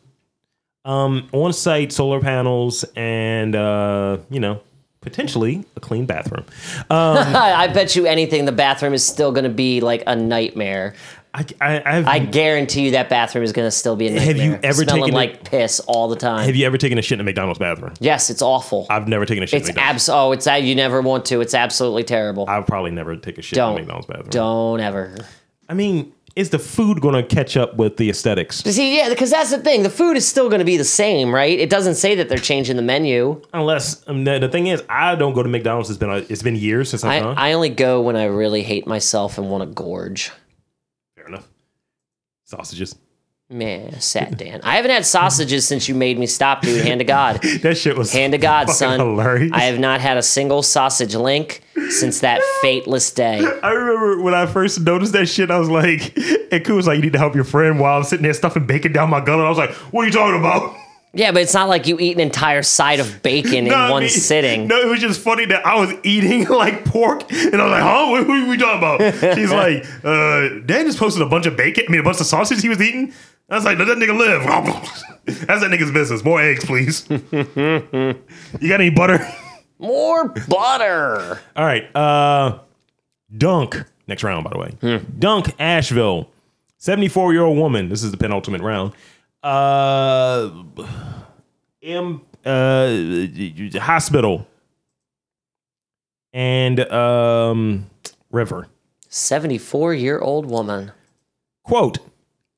[SPEAKER 1] Um, on site solar panels and, uh, you know, potentially a clean bathroom.
[SPEAKER 2] [LAUGHS] I bet you anything the bathroom is still going to be like a nightmare.
[SPEAKER 1] I, I, I've,
[SPEAKER 2] I guarantee you that bathroom is going to still be a nightmare.
[SPEAKER 1] Have you ever
[SPEAKER 2] smelling
[SPEAKER 1] taken a-
[SPEAKER 2] like piss all the time?
[SPEAKER 1] have you ever taken a shit in a McDonald's bathroom?
[SPEAKER 2] yes, it's awful.
[SPEAKER 1] I've never taken a shit
[SPEAKER 2] it's
[SPEAKER 1] in a McDonald's.
[SPEAKER 2] abs. Oh, it's that you never want to. It's absolutely terrible.
[SPEAKER 1] I'll probably never take a shit in
[SPEAKER 2] Don't.
[SPEAKER 1] a McDonald's bathroom.
[SPEAKER 2] Don't ever.
[SPEAKER 1] I mean, is the food going to catch up with the aesthetics?
[SPEAKER 2] But see, yeah, because that's the thing. The food is still going to be the same, right? It doesn't say that they're changing the menu.
[SPEAKER 1] Unless um, the, the thing is, I don't go to McDonald's. It's been a, it's been years since I've
[SPEAKER 2] I,
[SPEAKER 1] gone.
[SPEAKER 2] I only go when I really hate myself and want to gorge.
[SPEAKER 1] Fair enough. Sausages.
[SPEAKER 2] Man, sad Dan. I haven't had sausages since you made me stop, dude. Hand to God.
[SPEAKER 1] That shit was
[SPEAKER 2] Hand to
[SPEAKER 1] [LAUGHS]
[SPEAKER 2] God,
[SPEAKER 1] fucking
[SPEAKER 2] son.
[SPEAKER 1] Hilarious.
[SPEAKER 2] I have not had a single sausage link since that fateless day.
[SPEAKER 1] I remember when I first noticed that shit, I was like, [LAUGHS] and Koo was like, you need to help your friend while I'm sitting there stuffing bacon down my gut. And I was like, what are you talking about?
[SPEAKER 2] Yeah, but it's not like you eat an entire side of
[SPEAKER 1] [LAUGHS]
[SPEAKER 2] bacon
[SPEAKER 1] No,
[SPEAKER 2] in
[SPEAKER 1] I
[SPEAKER 2] one
[SPEAKER 1] mean-
[SPEAKER 2] sitting.
[SPEAKER 1] No, it was just funny that I was eating [LAUGHS] like pork and I was like, huh? What, what are we talking
[SPEAKER 2] [LAUGHS]
[SPEAKER 1] about? She's like, uh, Dan just posted a bunch of bacon, I mean, a bunch of sausage he was eating. I was like, let that nigga live. [LAUGHS]
[SPEAKER 2] [LAUGHS]
[SPEAKER 1] That's that nigga's business. More eggs, please. you got any butter?
[SPEAKER 2] More butter.
[SPEAKER 1] All right. Uh, Dunk. Next round, by the way. Dunk Asheville. 74 year old woman. This is the penultimate round. Uh, M, uh, hospital. And um, River.
[SPEAKER 2] 74 year old woman.
[SPEAKER 1] Quote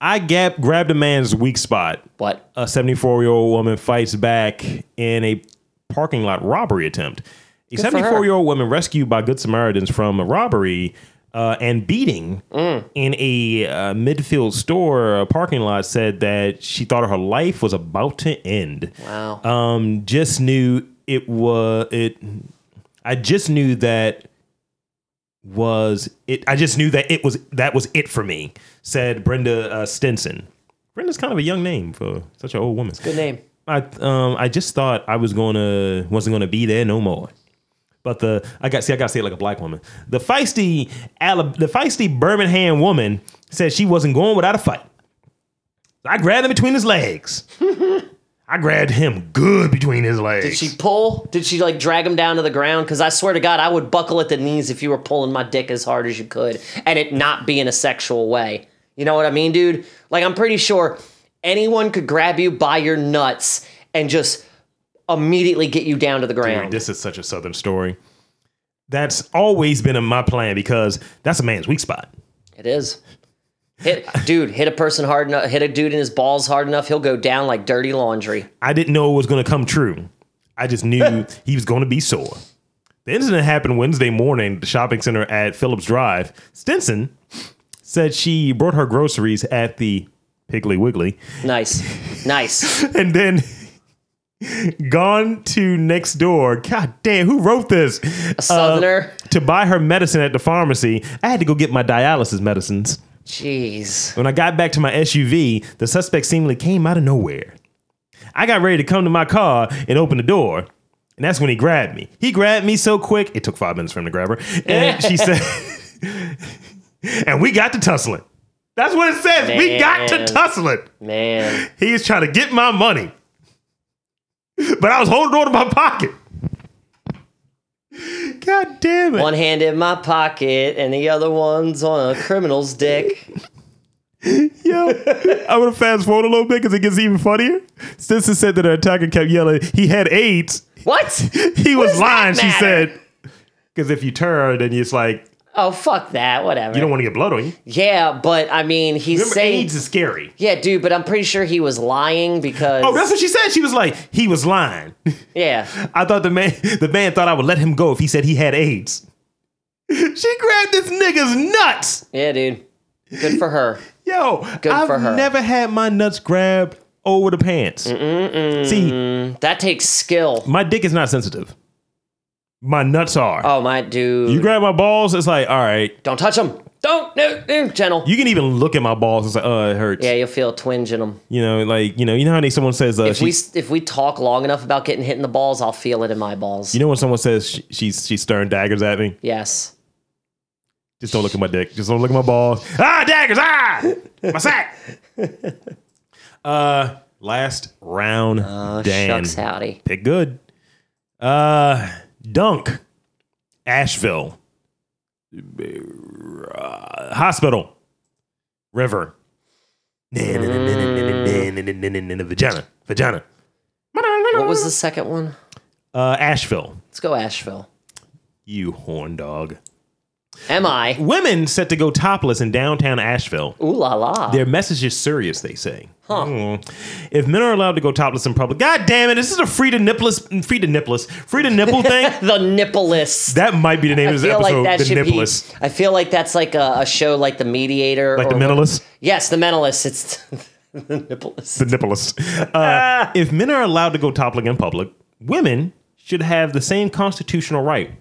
[SPEAKER 1] I gap, grabbed a man's weak spot.
[SPEAKER 2] What?
[SPEAKER 1] a 74 year old woman fights back in a parking lot robbery attempt. A
[SPEAKER 2] for her.
[SPEAKER 1] 74 year old woman rescued by Good Samaritans from a robbery uh, and beating
[SPEAKER 2] Mm.
[SPEAKER 1] in a uh, midfield store uh, parking lot said that she thought her life was about to end.
[SPEAKER 2] Wow.
[SPEAKER 1] Um, just knew it was it. I just knew that was it. I just knew that it was that was it for me. Said Brenda uh, Stinson. Brenda's kind of a young name for such an old woman.
[SPEAKER 2] Good name.
[SPEAKER 1] I um I just thought I was gonna wasn't gonna be there no more. But the I got see I got to say it like a black woman. The feisty Alab- the feisty Birmingham woman said she wasn't going without a fight. I grabbed him between his
[SPEAKER 2] [LAUGHS]
[SPEAKER 1] legs. I grabbed him good between his legs.
[SPEAKER 2] Did she pull? Did she like drag him down to the ground? Because I swear to God, I would buckle at the knees if you were pulling my dick as hard as you could and it not be in a sexual way. You know what I mean, dude? Like, I'm pretty sure anyone could grab you by your nuts and just immediately get you down to the ground.
[SPEAKER 1] This is such a southern story. That's always been in my plan because that's a man's weak spot.
[SPEAKER 2] It is. Hit, dude, hit a person hard enough, hit a dude in his balls hard enough, he'll go down like dirty laundry.
[SPEAKER 1] I didn't know it was going to come true. I just knew he was going to be sore. The incident happened Wednesday morning at the shopping center at Phillips Drive. Stinson said she brought her groceries at the Piggly Wiggly
[SPEAKER 2] Nice. Nice.
[SPEAKER 1] and then gone to next door. God damn, who wrote this?
[SPEAKER 2] Southerner.
[SPEAKER 1] [LAUGHS] Uh, to buy her medicine at the pharmacy. I had to go get my dialysis medicines.
[SPEAKER 2] Jeez.
[SPEAKER 1] When I got back to my SUV, the suspect seemingly came out of nowhere. I got ready to come to my car and open the door, and that's when he grabbed me. He grabbed me so quick, it took five minutes for him to grab her. And she said, [LAUGHS] and we got to tussling. That's what it says. We got to
[SPEAKER 2] Man.
[SPEAKER 1] tussling.
[SPEAKER 2] Man.
[SPEAKER 1] He is trying to get my money, but I was holding on to my pocket. God damn it.
[SPEAKER 2] One hand in my pocket and the other one's on a criminal's dick.
[SPEAKER 1] Yo, I'm gonna fast forward a little bit because it gets even funnier. Stinson said that her attacker kept yelling, "He had AIDS."
[SPEAKER 2] What?
[SPEAKER 1] He was
[SPEAKER 2] does that
[SPEAKER 1] lying. She
[SPEAKER 2] matter?
[SPEAKER 1] said, "Because if you turn, then it's like
[SPEAKER 2] Oh, fuck that. Whatever.
[SPEAKER 1] you don't want to get blood on you."
[SPEAKER 2] yeah, but I mean, he's
[SPEAKER 1] Remember,
[SPEAKER 2] saying.
[SPEAKER 1] AIDS is scary.
[SPEAKER 2] Yeah, dude, but I'm pretty sure he was lying because.
[SPEAKER 1] Oh, that's what she said. She was like, "He was lying."
[SPEAKER 2] yeah.
[SPEAKER 1] I thought the man, the man thought I would let him go if he said he had AIDS. She grabbed this nigga's nuts.
[SPEAKER 2] Yeah, dude. Good for her.
[SPEAKER 1] Yo, I've
[SPEAKER 2] for her.
[SPEAKER 1] never had my nuts grabbed over the pants. See,
[SPEAKER 2] That takes skill.
[SPEAKER 1] my dick is not sensitive. My nuts are.
[SPEAKER 2] Oh, my dude.
[SPEAKER 1] You grab my balls, it's like, all right.
[SPEAKER 2] don't touch him. Don't. No, no, gentle.
[SPEAKER 1] You can even look at my balls, it's like, oh, it hurts.
[SPEAKER 2] yeah, you'll feel a twinge in them.
[SPEAKER 1] You know, like, you know, you know how they, someone says, uh,
[SPEAKER 2] If we
[SPEAKER 1] she,
[SPEAKER 2] if we talk long enough about getting hit in the balls, I'll feel it in my balls.
[SPEAKER 1] you know when someone says she, she's she's staring daggers at me?
[SPEAKER 2] yes.
[SPEAKER 1] Just don't look at my dick. Just don't look at my balls. Ah, daggers, ah! My
[SPEAKER 2] [LAUGHS]
[SPEAKER 1] sack! uh, last round. Uh, Dan.
[SPEAKER 2] Uh, Shucks, howdy.
[SPEAKER 1] Pick good. Uh, Dunk. Asheville. Uh, hospital. River. Vagina. Vagina.
[SPEAKER 2] What was the second one?
[SPEAKER 1] Uh, Asheville.
[SPEAKER 2] Let's go Asheville.
[SPEAKER 1] You horn dog.
[SPEAKER 2] Am I?
[SPEAKER 1] Women set to go topless in downtown Asheville.
[SPEAKER 2] Ooh la la.
[SPEAKER 1] Their message is serious, they say. Huh. If men are allowed to go topless in public, god damn it, this is a free to nippless, free to nippless, free to nipple thing.
[SPEAKER 2] the nippleless.
[SPEAKER 1] That might be the name of this
[SPEAKER 2] I feel
[SPEAKER 1] episode.
[SPEAKER 2] like that
[SPEAKER 1] the
[SPEAKER 2] should
[SPEAKER 1] nippless.
[SPEAKER 2] be. I feel like that's like a, a show like The Mediator.
[SPEAKER 1] Like the
[SPEAKER 2] or-
[SPEAKER 1] mentalist?
[SPEAKER 2] Yes, The Mentalist. It's [LAUGHS] The Nippleless.
[SPEAKER 1] The nipplist.
[SPEAKER 2] [LAUGHS]
[SPEAKER 1] Uh, if men are allowed to go topless in public, women should have the same constitutional right.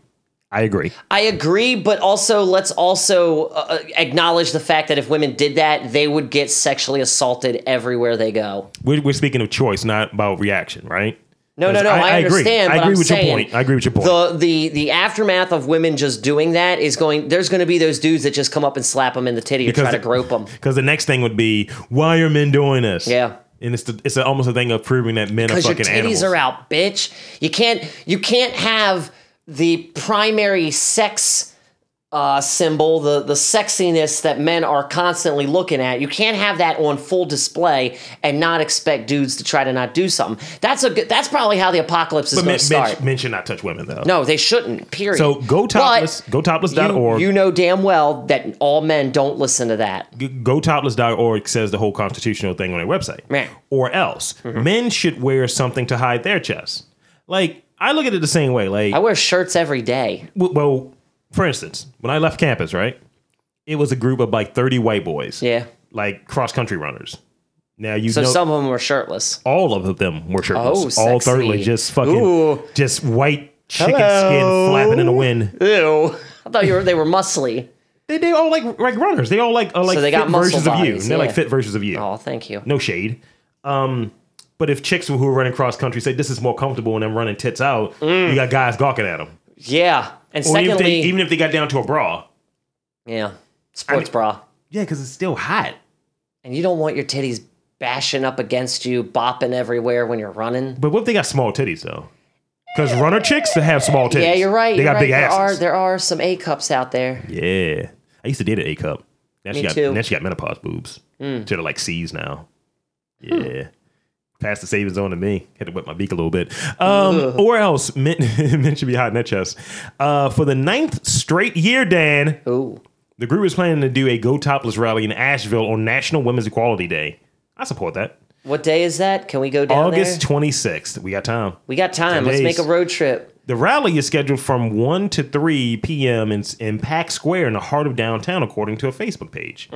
[SPEAKER 1] I agree.
[SPEAKER 2] I agree, but also let's also uh, acknowledge the fact that if women did that, they would get sexually assaulted everywhere they go.
[SPEAKER 1] We're, we're speaking of choice, not about reaction, right?
[SPEAKER 2] No, no,
[SPEAKER 1] 'Cause
[SPEAKER 2] no. I,
[SPEAKER 1] Agree. I
[SPEAKER 2] understand. but
[SPEAKER 1] agree
[SPEAKER 2] I'm
[SPEAKER 1] with
[SPEAKER 2] saying
[SPEAKER 1] your point. I agree with your point.
[SPEAKER 2] The the the aftermath of women just doing that is going. There's going to be those dudes that just come up and slap them in the titty or
[SPEAKER 1] Because
[SPEAKER 2] try to
[SPEAKER 1] the-
[SPEAKER 2] grope them.
[SPEAKER 1] Because the next thing would be, why are men doing this?
[SPEAKER 2] Yeah.
[SPEAKER 1] and it's the, it's a, almost a thing of proving that men are
[SPEAKER 2] because your
[SPEAKER 1] fucking
[SPEAKER 2] titties
[SPEAKER 1] animals.
[SPEAKER 2] are out, bitch. You can't you can't have the primary sex uh, symbol, the the sexiness that men are constantly looking at. You can't have that on full display and not expect dudes to try to not do something. That's a good, that's probably how the apocalypse is
[SPEAKER 1] But
[SPEAKER 2] going
[SPEAKER 1] men,
[SPEAKER 2] to
[SPEAKER 1] men,
[SPEAKER 2] start.
[SPEAKER 1] men should not touch women though.
[SPEAKER 2] no, they shouldn't. Period.
[SPEAKER 1] So go topless, go
[SPEAKER 2] You,
[SPEAKER 1] topless.org.
[SPEAKER 2] you know damn well that all men don't listen to that.
[SPEAKER 1] gotopless.org says the whole constitutional thing on their website.
[SPEAKER 2] Right.
[SPEAKER 1] Or else,
[SPEAKER 2] Mm-hmm.
[SPEAKER 1] men should wear something to hide their chest. Like, I look at it the same way. Like,
[SPEAKER 2] I wear shirts every day.
[SPEAKER 1] w- well, for instance, when I left campus, right, it was a group of like 30 white boys,
[SPEAKER 2] Yeah.
[SPEAKER 1] like cross country runners. Now, you
[SPEAKER 2] So
[SPEAKER 1] know,
[SPEAKER 2] some of them are shirtless.
[SPEAKER 1] all of them were shirtless.
[SPEAKER 2] Oh,
[SPEAKER 1] all
[SPEAKER 2] sexy.
[SPEAKER 1] 30 just fucking,
[SPEAKER 2] Ooh.
[SPEAKER 1] just white chicken
[SPEAKER 2] Hello.
[SPEAKER 1] skin flapping in the wind.
[SPEAKER 2] Ew. I thought you were they were muscly.
[SPEAKER 1] They, they all like like runners. They all like are like
[SPEAKER 2] So they
[SPEAKER 1] fit
[SPEAKER 2] got muscle
[SPEAKER 1] versions of you.
[SPEAKER 2] bodies,
[SPEAKER 1] They're like
[SPEAKER 2] yeah.
[SPEAKER 1] fit versions of you.
[SPEAKER 2] Oh, thank you.
[SPEAKER 1] no shade. Um, but if chicks who are running cross country say this is more comfortable and I'm running tits out, you got guys gawking at them.
[SPEAKER 2] Yeah. And
[SPEAKER 1] Or even if, they,
[SPEAKER 2] secondly,
[SPEAKER 1] even if they got down to a bra,
[SPEAKER 2] yeah, sports
[SPEAKER 1] mean-
[SPEAKER 2] bra.
[SPEAKER 1] yeah, because it's still hot.
[SPEAKER 2] And you don't want your titties bashing up against you, bopping everywhere when you're running.
[SPEAKER 1] But what if they got small titties though? Because runner chicks that have small titties,
[SPEAKER 2] Yeah, you're right.
[SPEAKER 1] They
[SPEAKER 2] you're
[SPEAKER 1] got
[SPEAKER 2] right.
[SPEAKER 1] big
[SPEAKER 2] there Are,
[SPEAKER 1] asses.
[SPEAKER 2] there are some A cups out there.
[SPEAKER 1] yeah, I used to date an A cup. Now she
[SPEAKER 2] Me
[SPEAKER 1] got
[SPEAKER 2] too. Mm.
[SPEAKER 1] now she got menopause boobs. So they're like C's now. Yeah. Pass the savings on to me. Had to wet my beak a little bit. Um, or else, [LAUGHS] men, men should be hot in their chest. Uh, for the ninth straight year, Dan,
[SPEAKER 2] Ooh.
[SPEAKER 1] The group is planning to do a Go Topless rally in Asheville on National Women's Equality Day. I support that.
[SPEAKER 2] What day is that? Can we go down
[SPEAKER 1] August
[SPEAKER 2] there?
[SPEAKER 1] 26th. We got time.
[SPEAKER 2] We got time. Let's
[SPEAKER 1] days.
[SPEAKER 2] make a road trip.
[SPEAKER 1] The rally is scheduled from 1 to 3 p.m. in, in Pack Square in the heart of downtown, according to a Facebook page.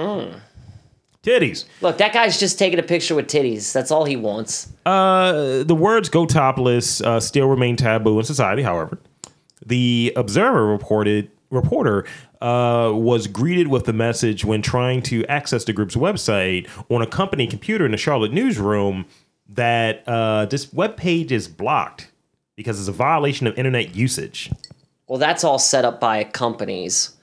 [SPEAKER 1] Titties.
[SPEAKER 2] Look, that guy's just taking a picture with titties. That's all he wants.
[SPEAKER 1] Uh, the words go topless uh, still remain taboo in society, however. The Observer reported reporter uh, was greeted with the message when trying to access the group's website on a company computer in the Charlotte newsroom that uh, this webpage is blocked because it's a violation of internet usage.
[SPEAKER 2] Well, that's all set up by companies.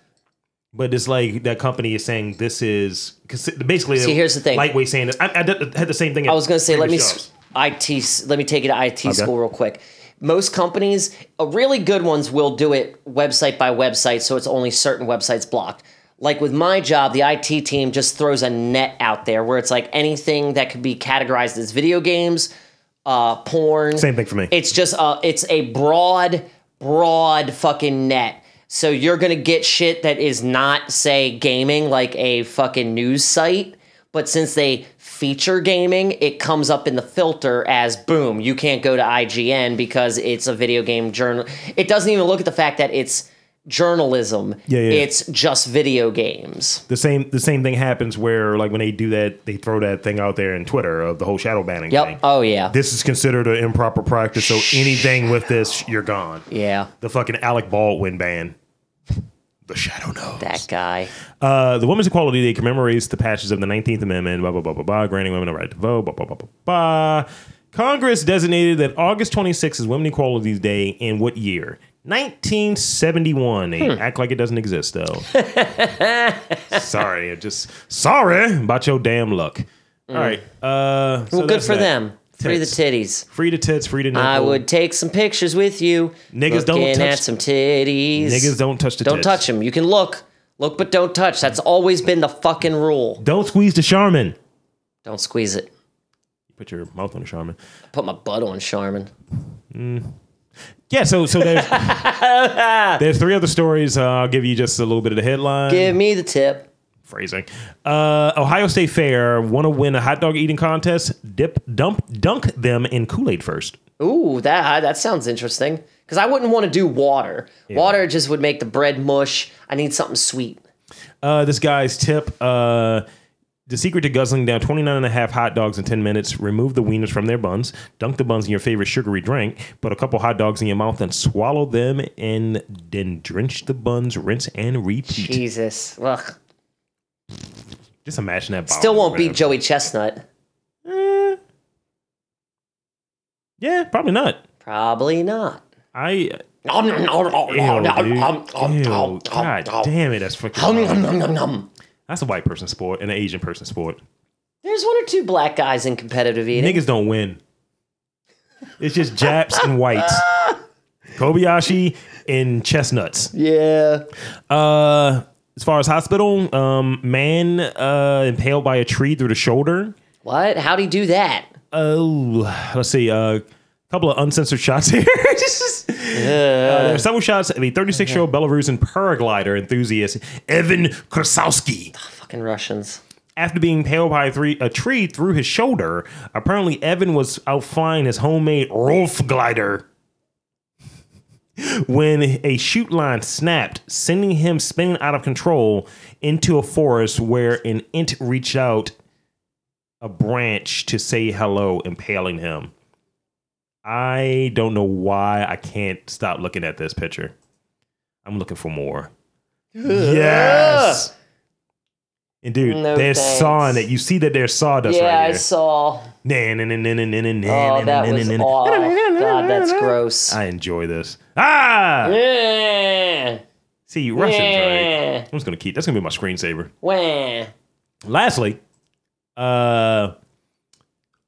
[SPEAKER 1] But it's like that company is saying this is because basically
[SPEAKER 2] See, here's the thing.
[SPEAKER 1] lightweight saying this. I, I did- had the same thing.
[SPEAKER 2] I was going to say, let me s- IT. s- Let me take you to IT school real quick. Most companies, uh, really good ones, will do it website by website, so it's only certain websites blocked. Like with my job, the IT team just throws a net out there where it's like anything that could be categorized as video games, uh, porn.
[SPEAKER 1] Same thing for me.
[SPEAKER 2] It's just a, it's a broad, broad fucking net. So you're gonna get shit that is not, say, gaming, like a fucking news site. But since they feature gaming, it comes up in the filter as boom, you can't go to IGN because it's a video game journal. It doesn't even look at the fact that it's journalism.
[SPEAKER 1] Yeah, yeah.
[SPEAKER 2] It's just video games.
[SPEAKER 1] the same the same thing happens where like when they do that they throw that thing out there in Twitter of the whole shadow banning thing.
[SPEAKER 2] Yep. Oh yeah.
[SPEAKER 1] This is considered an improper practice, so anything with this, you're gone.
[SPEAKER 2] yeah.
[SPEAKER 1] The fucking Alec Baldwin ban. The shadow knows.
[SPEAKER 2] That guy.
[SPEAKER 1] Uh, the Women's Equality Day commemorates the passage of the 19th Amendment, blah, blah, blah, blah, blah, granting women the right to vote, blah, blah, blah, blah, blah. Congress designated that August 26th is Women Equality Day in what year? 1971. They
[SPEAKER 2] Hmm.
[SPEAKER 1] act like it doesn't exist,
[SPEAKER 2] [LAUGHS]
[SPEAKER 1] though. sorry. I just, sorry about your damn luck. All right. Uh, so
[SPEAKER 2] Hmm. Well, good
[SPEAKER 1] that's
[SPEAKER 2] for
[SPEAKER 1] that.
[SPEAKER 2] them. Free the
[SPEAKER 1] Tits.
[SPEAKER 2] titties.
[SPEAKER 1] Free to tits, free to nipple.
[SPEAKER 2] I would take some pictures with you.
[SPEAKER 1] Oh. Niggas don't
[SPEAKER 2] looking
[SPEAKER 1] touch-
[SPEAKER 2] at some titties.
[SPEAKER 1] Niggas don't touch the
[SPEAKER 2] Don't
[SPEAKER 1] tits.
[SPEAKER 2] touch them. You can look, look, but don't touch. That's always been the fucking rule.
[SPEAKER 1] Don't squeeze the Charmin.
[SPEAKER 2] Don't squeeze it.
[SPEAKER 1] Put your mouth on the Charmin.
[SPEAKER 2] Put my butt on Charmin.
[SPEAKER 1] Yeah, so so
[SPEAKER 2] [LAUGHS]
[SPEAKER 1] there's there's three other stories. Uh, I'll give you just a little bit of the headline
[SPEAKER 2] Give me the tip.
[SPEAKER 1] phrasing. Uh, Ohio State Fair want to win a hot dog eating contest? Dip, dump, dunk them in Kool Aid first.
[SPEAKER 2] Ooh, that that sounds interesting. Because I wouldn't want to do water. Water just would make the bread mush. I need something sweet.
[SPEAKER 1] Uh, this guy's tip: uh, the secret to guzzling down 29 and a half hot dogs in 10 minutes. Remove the wieners from their buns. Dunk the buns in your favorite sugary drink. Put a couple hot dogs in your mouth and swallow them, and then drench the buns. Rinse and repeat.
[SPEAKER 2] Jesus. Ugh.
[SPEAKER 1] Just imagine that.
[SPEAKER 2] Still
[SPEAKER 1] bottle
[SPEAKER 2] won't
[SPEAKER 1] opener.
[SPEAKER 2] beat Joey Chestnut.
[SPEAKER 1] Eh. Yeah, probably not.
[SPEAKER 2] Probably not.
[SPEAKER 1] I
[SPEAKER 2] Nom, nom, nom, nom,
[SPEAKER 1] ew,
[SPEAKER 2] nom, nom,
[SPEAKER 1] dude.
[SPEAKER 2] nom, nom,
[SPEAKER 1] Ew,
[SPEAKER 2] nom,
[SPEAKER 1] God
[SPEAKER 2] nom,
[SPEAKER 1] damn it, that's
[SPEAKER 2] nom,
[SPEAKER 1] freaking
[SPEAKER 2] nom, nom, nom.
[SPEAKER 1] that's a white person sport and an Asian person sport.
[SPEAKER 2] There's one or two black guys in competitive eating.
[SPEAKER 1] Niggas don't win. It's just Japs and
[SPEAKER 2] [LAUGHS]
[SPEAKER 1] whites. Kobayashi and chestnuts.
[SPEAKER 2] Yeah.
[SPEAKER 1] Uh, as far as hospital, um, man uh, impaled by a tree through the shoulder.
[SPEAKER 2] What? How'd he do that?
[SPEAKER 1] Oh, let's see. A uh, couple of uncensored shots here. [LAUGHS] Just- uh, there are several shots of a 36 year old Belarusian paraglider enthusiast, Evan Krasowski.
[SPEAKER 2] Fucking Russians.
[SPEAKER 1] After being impaled by a, three, a tree through his shoulder, apparently Evan was out flying his homemade Rolf glider [LAUGHS] when a chute line snapped, sending him spinning out of control into a forest where an ant reached out a branch to say hello, impaling him. I don't know why I can't stop looking at this picture. I'm looking for more. yes. And dude,
[SPEAKER 2] No
[SPEAKER 1] there's
[SPEAKER 2] thanks.
[SPEAKER 1] sawdust. You see that there's sawdust
[SPEAKER 2] yeah, I
[SPEAKER 1] right here.
[SPEAKER 2] saw.
[SPEAKER 1] Nah, nah, nah, nah, nah, nah, nah,
[SPEAKER 2] Oh,
[SPEAKER 1] nah,
[SPEAKER 2] that
[SPEAKER 1] nah,
[SPEAKER 2] was
[SPEAKER 1] nah, nah.
[SPEAKER 2] awful. God, that's gross.
[SPEAKER 1] I enjoy this. Ah!
[SPEAKER 2] Yeah.
[SPEAKER 1] See, Russians,
[SPEAKER 2] Yeah.
[SPEAKER 1] right? I'm just gonna keep. That's gonna be my screensaver.
[SPEAKER 2] Wah.
[SPEAKER 1] Lastly, uh,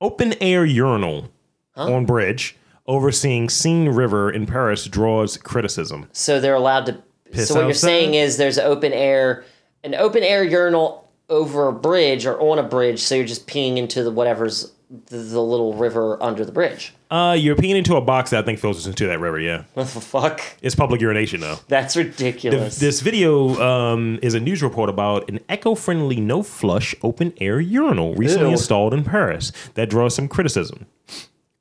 [SPEAKER 1] open air urinal on bridge overseeing Seine River in Paris draws criticism.
[SPEAKER 2] So they're allowed to.
[SPEAKER 1] Piss
[SPEAKER 2] so what you're
[SPEAKER 1] outside?
[SPEAKER 2] saying is there's open air, an open air urinal over a bridge or on a bridge. So you're just peeing into the whatever's the, the little river under the bridge.
[SPEAKER 1] Uh, you're peeing into a box that I think filters into that river. Yeah,
[SPEAKER 2] What the fuck?
[SPEAKER 1] it's public urination though.
[SPEAKER 2] That's
[SPEAKER 1] The-
[SPEAKER 2] ridiculous.
[SPEAKER 1] This video um, is a news report about an eco-friendly, no-flush, open-air urinal recently
[SPEAKER 2] Ew.
[SPEAKER 1] installed in Paris that draws some criticism.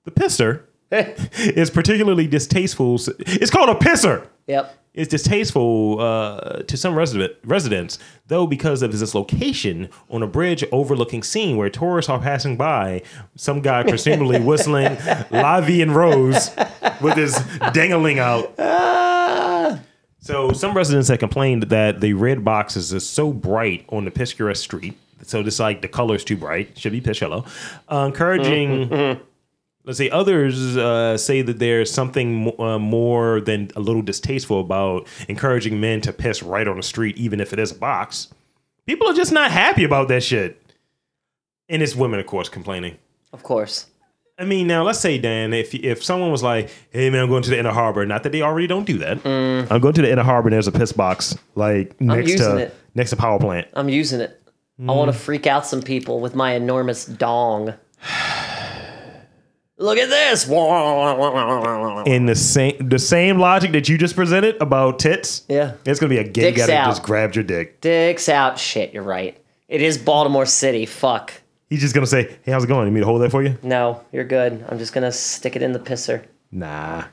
[SPEAKER 1] The pisser [LAUGHS] is particularly distasteful. It's called a pisser.
[SPEAKER 2] yep.
[SPEAKER 1] It's distasteful uh, to some resident, residents, though, because of this location on a bridge overlooking scene where tourists are passing by. Some guy presumably whistling La Vie en Rose with his dangling out. So, some residents have complained that the red boxes is so bright on the picturesque street. So, it's like the color's too bright. Should be piss yellow. Uh, encouraging let's say others uh, say that there's something mo- uh, more than a little distasteful about encouraging men to piss right on the street, even if it is a box. People are just not happy about that shit, and it's women, of course, complaining.
[SPEAKER 2] Of course.
[SPEAKER 1] I mean, now let's say Dan, if if someone was like, "Hey man, I'm going to the inner harbor," not that they already don't do that. I'm going to the inner harbor, and there's a piss box like next
[SPEAKER 2] Mm. using
[SPEAKER 1] to
[SPEAKER 2] it. Oh.
[SPEAKER 1] next to power plant.
[SPEAKER 2] I'm using it. I want to freak out some people with my enormous dong. [SIGHS] Look at this.
[SPEAKER 1] And the same the same logic that you just presented about tits,
[SPEAKER 2] Yeah.
[SPEAKER 1] it's gonna be a gay
[SPEAKER 2] Dicks
[SPEAKER 1] guy that
[SPEAKER 2] out.
[SPEAKER 1] just grabbed your dick.
[SPEAKER 2] Dicks out. Shit, you're right. It is Baltimore City. Fuck.
[SPEAKER 1] He's just gonna say, "Hey, how's it going? You need me to hold that for you?"
[SPEAKER 2] No, you're good. I'm just gonna stick it in the pisser.
[SPEAKER 1] Nah.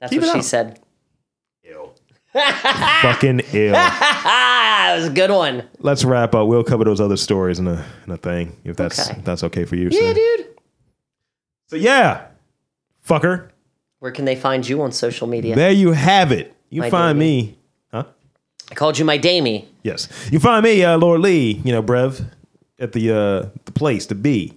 [SPEAKER 2] That's
[SPEAKER 1] Keep
[SPEAKER 2] what
[SPEAKER 1] it
[SPEAKER 2] she
[SPEAKER 1] up.
[SPEAKER 2] said. [LAUGHS]
[SPEAKER 4] [LAUGHS]
[SPEAKER 1] Ill. Fucking ill.
[SPEAKER 2] Ah, that was a good one.
[SPEAKER 4] Let's wrap up. We'll cover those other stories in a in a thing if that's
[SPEAKER 2] Okay.
[SPEAKER 4] if that's okay for you.
[SPEAKER 2] Yeah,
[SPEAKER 4] sir.
[SPEAKER 2] dude.
[SPEAKER 1] So yeah, fucker.
[SPEAKER 2] Where can they find you on social media?
[SPEAKER 4] There you have it. You
[SPEAKER 2] My
[SPEAKER 4] find me.
[SPEAKER 2] I called you my Damie.
[SPEAKER 4] Yes. You find me, uh, Lord Lee, you know, Brev, at the uh, the place to be.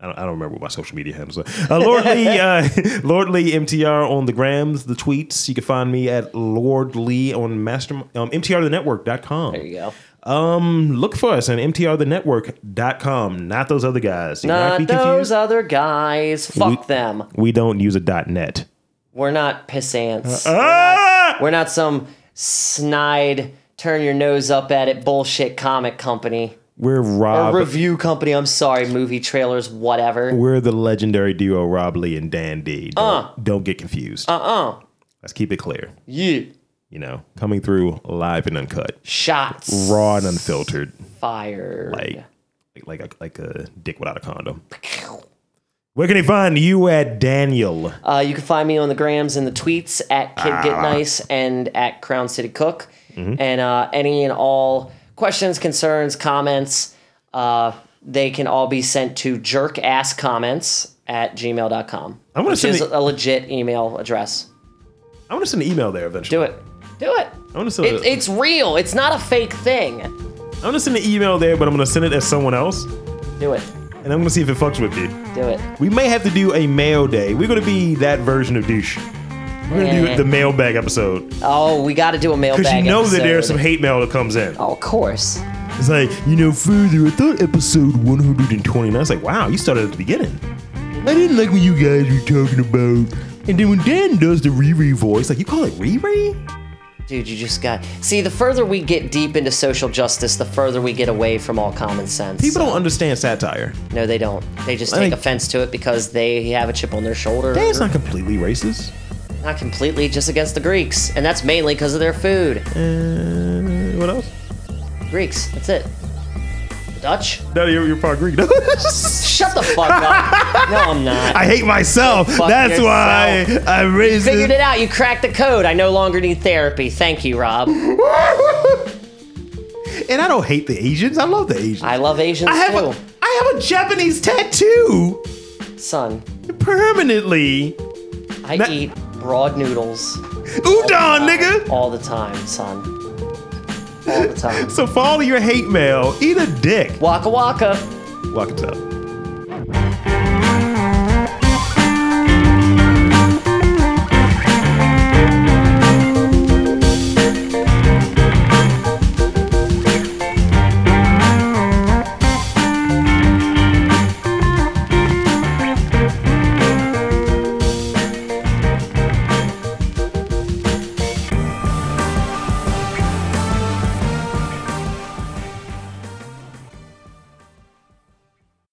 [SPEAKER 4] I don't, I don't remember what my social media handles are. Uh, Lord
[SPEAKER 2] [LAUGHS]
[SPEAKER 4] Lee, uh, Lord Lee MTR on the grams, the tweets. You can find me at Lord Lee on master, um, MTRthenetwork.com.
[SPEAKER 2] There you go.
[SPEAKER 4] Um, look for us on MTRthenetwork.com, not those other guys. Do
[SPEAKER 2] Not
[SPEAKER 4] be
[SPEAKER 2] those
[SPEAKER 4] confused.
[SPEAKER 2] other guys. Fuck them.
[SPEAKER 4] We don't use a .net.
[SPEAKER 2] We're not pissants.
[SPEAKER 4] Ah!
[SPEAKER 2] We're not some snide, turn your nose up at it bullshit comic company.
[SPEAKER 4] We're
[SPEAKER 2] A
[SPEAKER 4] Rob.
[SPEAKER 2] review company, I'm sorry, movie trailers, whatever.
[SPEAKER 4] We're the legendary duo Rob Lee and Dan D. Don't,
[SPEAKER 2] Uh.
[SPEAKER 4] don't get confused. Uh uh
[SPEAKER 2] Uh-uh.
[SPEAKER 4] Let's keep it clear.
[SPEAKER 2] Yeah.
[SPEAKER 4] You know, coming through live and uncut,
[SPEAKER 2] Shots
[SPEAKER 4] raw and unfiltered,
[SPEAKER 2] fired.
[SPEAKER 4] like like like a, like a dick without a condom. Where can they find you at Daniel?
[SPEAKER 2] Uh, you can find me on the grams and the tweets at Kid
[SPEAKER 4] Ah.
[SPEAKER 2] Get Nice and at Crown City Cook.
[SPEAKER 4] Mm-hmm.
[SPEAKER 2] And uh, any and all questions, concerns, comments, uh, they can all be sent to jerkasscomments at gmail.com.
[SPEAKER 4] I'm gonna
[SPEAKER 2] which
[SPEAKER 4] send
[SPEAKER 2] is
[SPEAKER 4] the-
[SPEAKER 2] a legit email address.
[SPEAKER 4] I want to send an email there eventually.
[SPEAKER 2] Do it. Do it.
[SPEAKER 4] I want to send.
[SPEAKER 2] It,
[SPEAKER 4] a-
[SPEAKER 2] it's real. It's not a fake thing.
[SPEAKER 4] I'm gonna send an email there, but I'm gonna send it as someone else,
[SPEAKER 2] Do it.
[SPEAKER 4] and I'm gonna see if it fucks with you.
[SPEAKER 2] Do it.
[SPEAKER 4] We may have to do a mail day. We're gonna be that version of douche. We're gonna do
[SPEAKER 2] Yeah.
[SPEAKER 4] the mailbag episode
[SPEAKER 2] Oh, we got to do a mailbag.
[SPEAKER 4] because you know that there's some
[SPEAKER 2] episode.
[SPEAKER 4] hate mail that comes in.
[SPEAKER 2] Oh, of course.
[SPEAKER 1] It's like, you know, further, I thought episode 129. I was like, wow, you started at the beginning. I didn't like what you guys were talking about. And then when Dan does the Riri voice, like, you call it Riri?
[SPEAKER 2] Dude, you just got. See, the further we get deep into social justice, the further we get away from all common sense.
[SPEAKER 1] People don't understand satire.
[SPEAKER 2] No, they don't. They just
[SPEAKER 1] I
[SPEAKER 2] take
[SPEAKER 1] think-
[SPEAKER 2] offense to it because they have a chip on their shoulder.
[SPEAKER 1] Dan's not completely racist.
[SPEAKER 2] Not completely, just against the Greeks. And that's mainly because of their food.
[SPEAKER 1] Uh, what else?
[SPEAKER 2] Greeks, that's it. The Dutch?
[SPEAKER 1] No, you're, you're part Greek. [LAUGHS]
[SPEAKER 2] Shut the
[SPEAKER 4] [LAUGHS]
[SPEAKER 2] fuck up. No, I'm not.
[SPEAKER 1] I hate myself.
[SPEAKER 2] Fuck
[SPEAKER 1] That's why I'm racist.
[SPEAKER 2] Figured it out. You cracked the code. I no longer need therapy. Thank you, Rob.
[SPEAKER 1] [LAUGHS] and I don't hate the Asians. I love the Asians.
[SPEAKER 2] I love Asians
[SPEAKER 1] I have
[SPEAKER 2] too.
[SPEAKER 1] a, I have a Japanese tattoo
[SPEAKER 2] Son,
[SPEAKER 1] permanently.
[SPEAKER 2] I
[SPEAKER 1] That-
[SPEAKER 2] eat broad noodles uh,
[SPEAKER 1] Udon, nigga.
[SPEAKER 2] all the time, son. All the time.
[SPEAKER 1] So for all of your hate mail, eat a dick.
[SPEAKER 2] Waka waka.
[SPEAKER 1] Walk it up.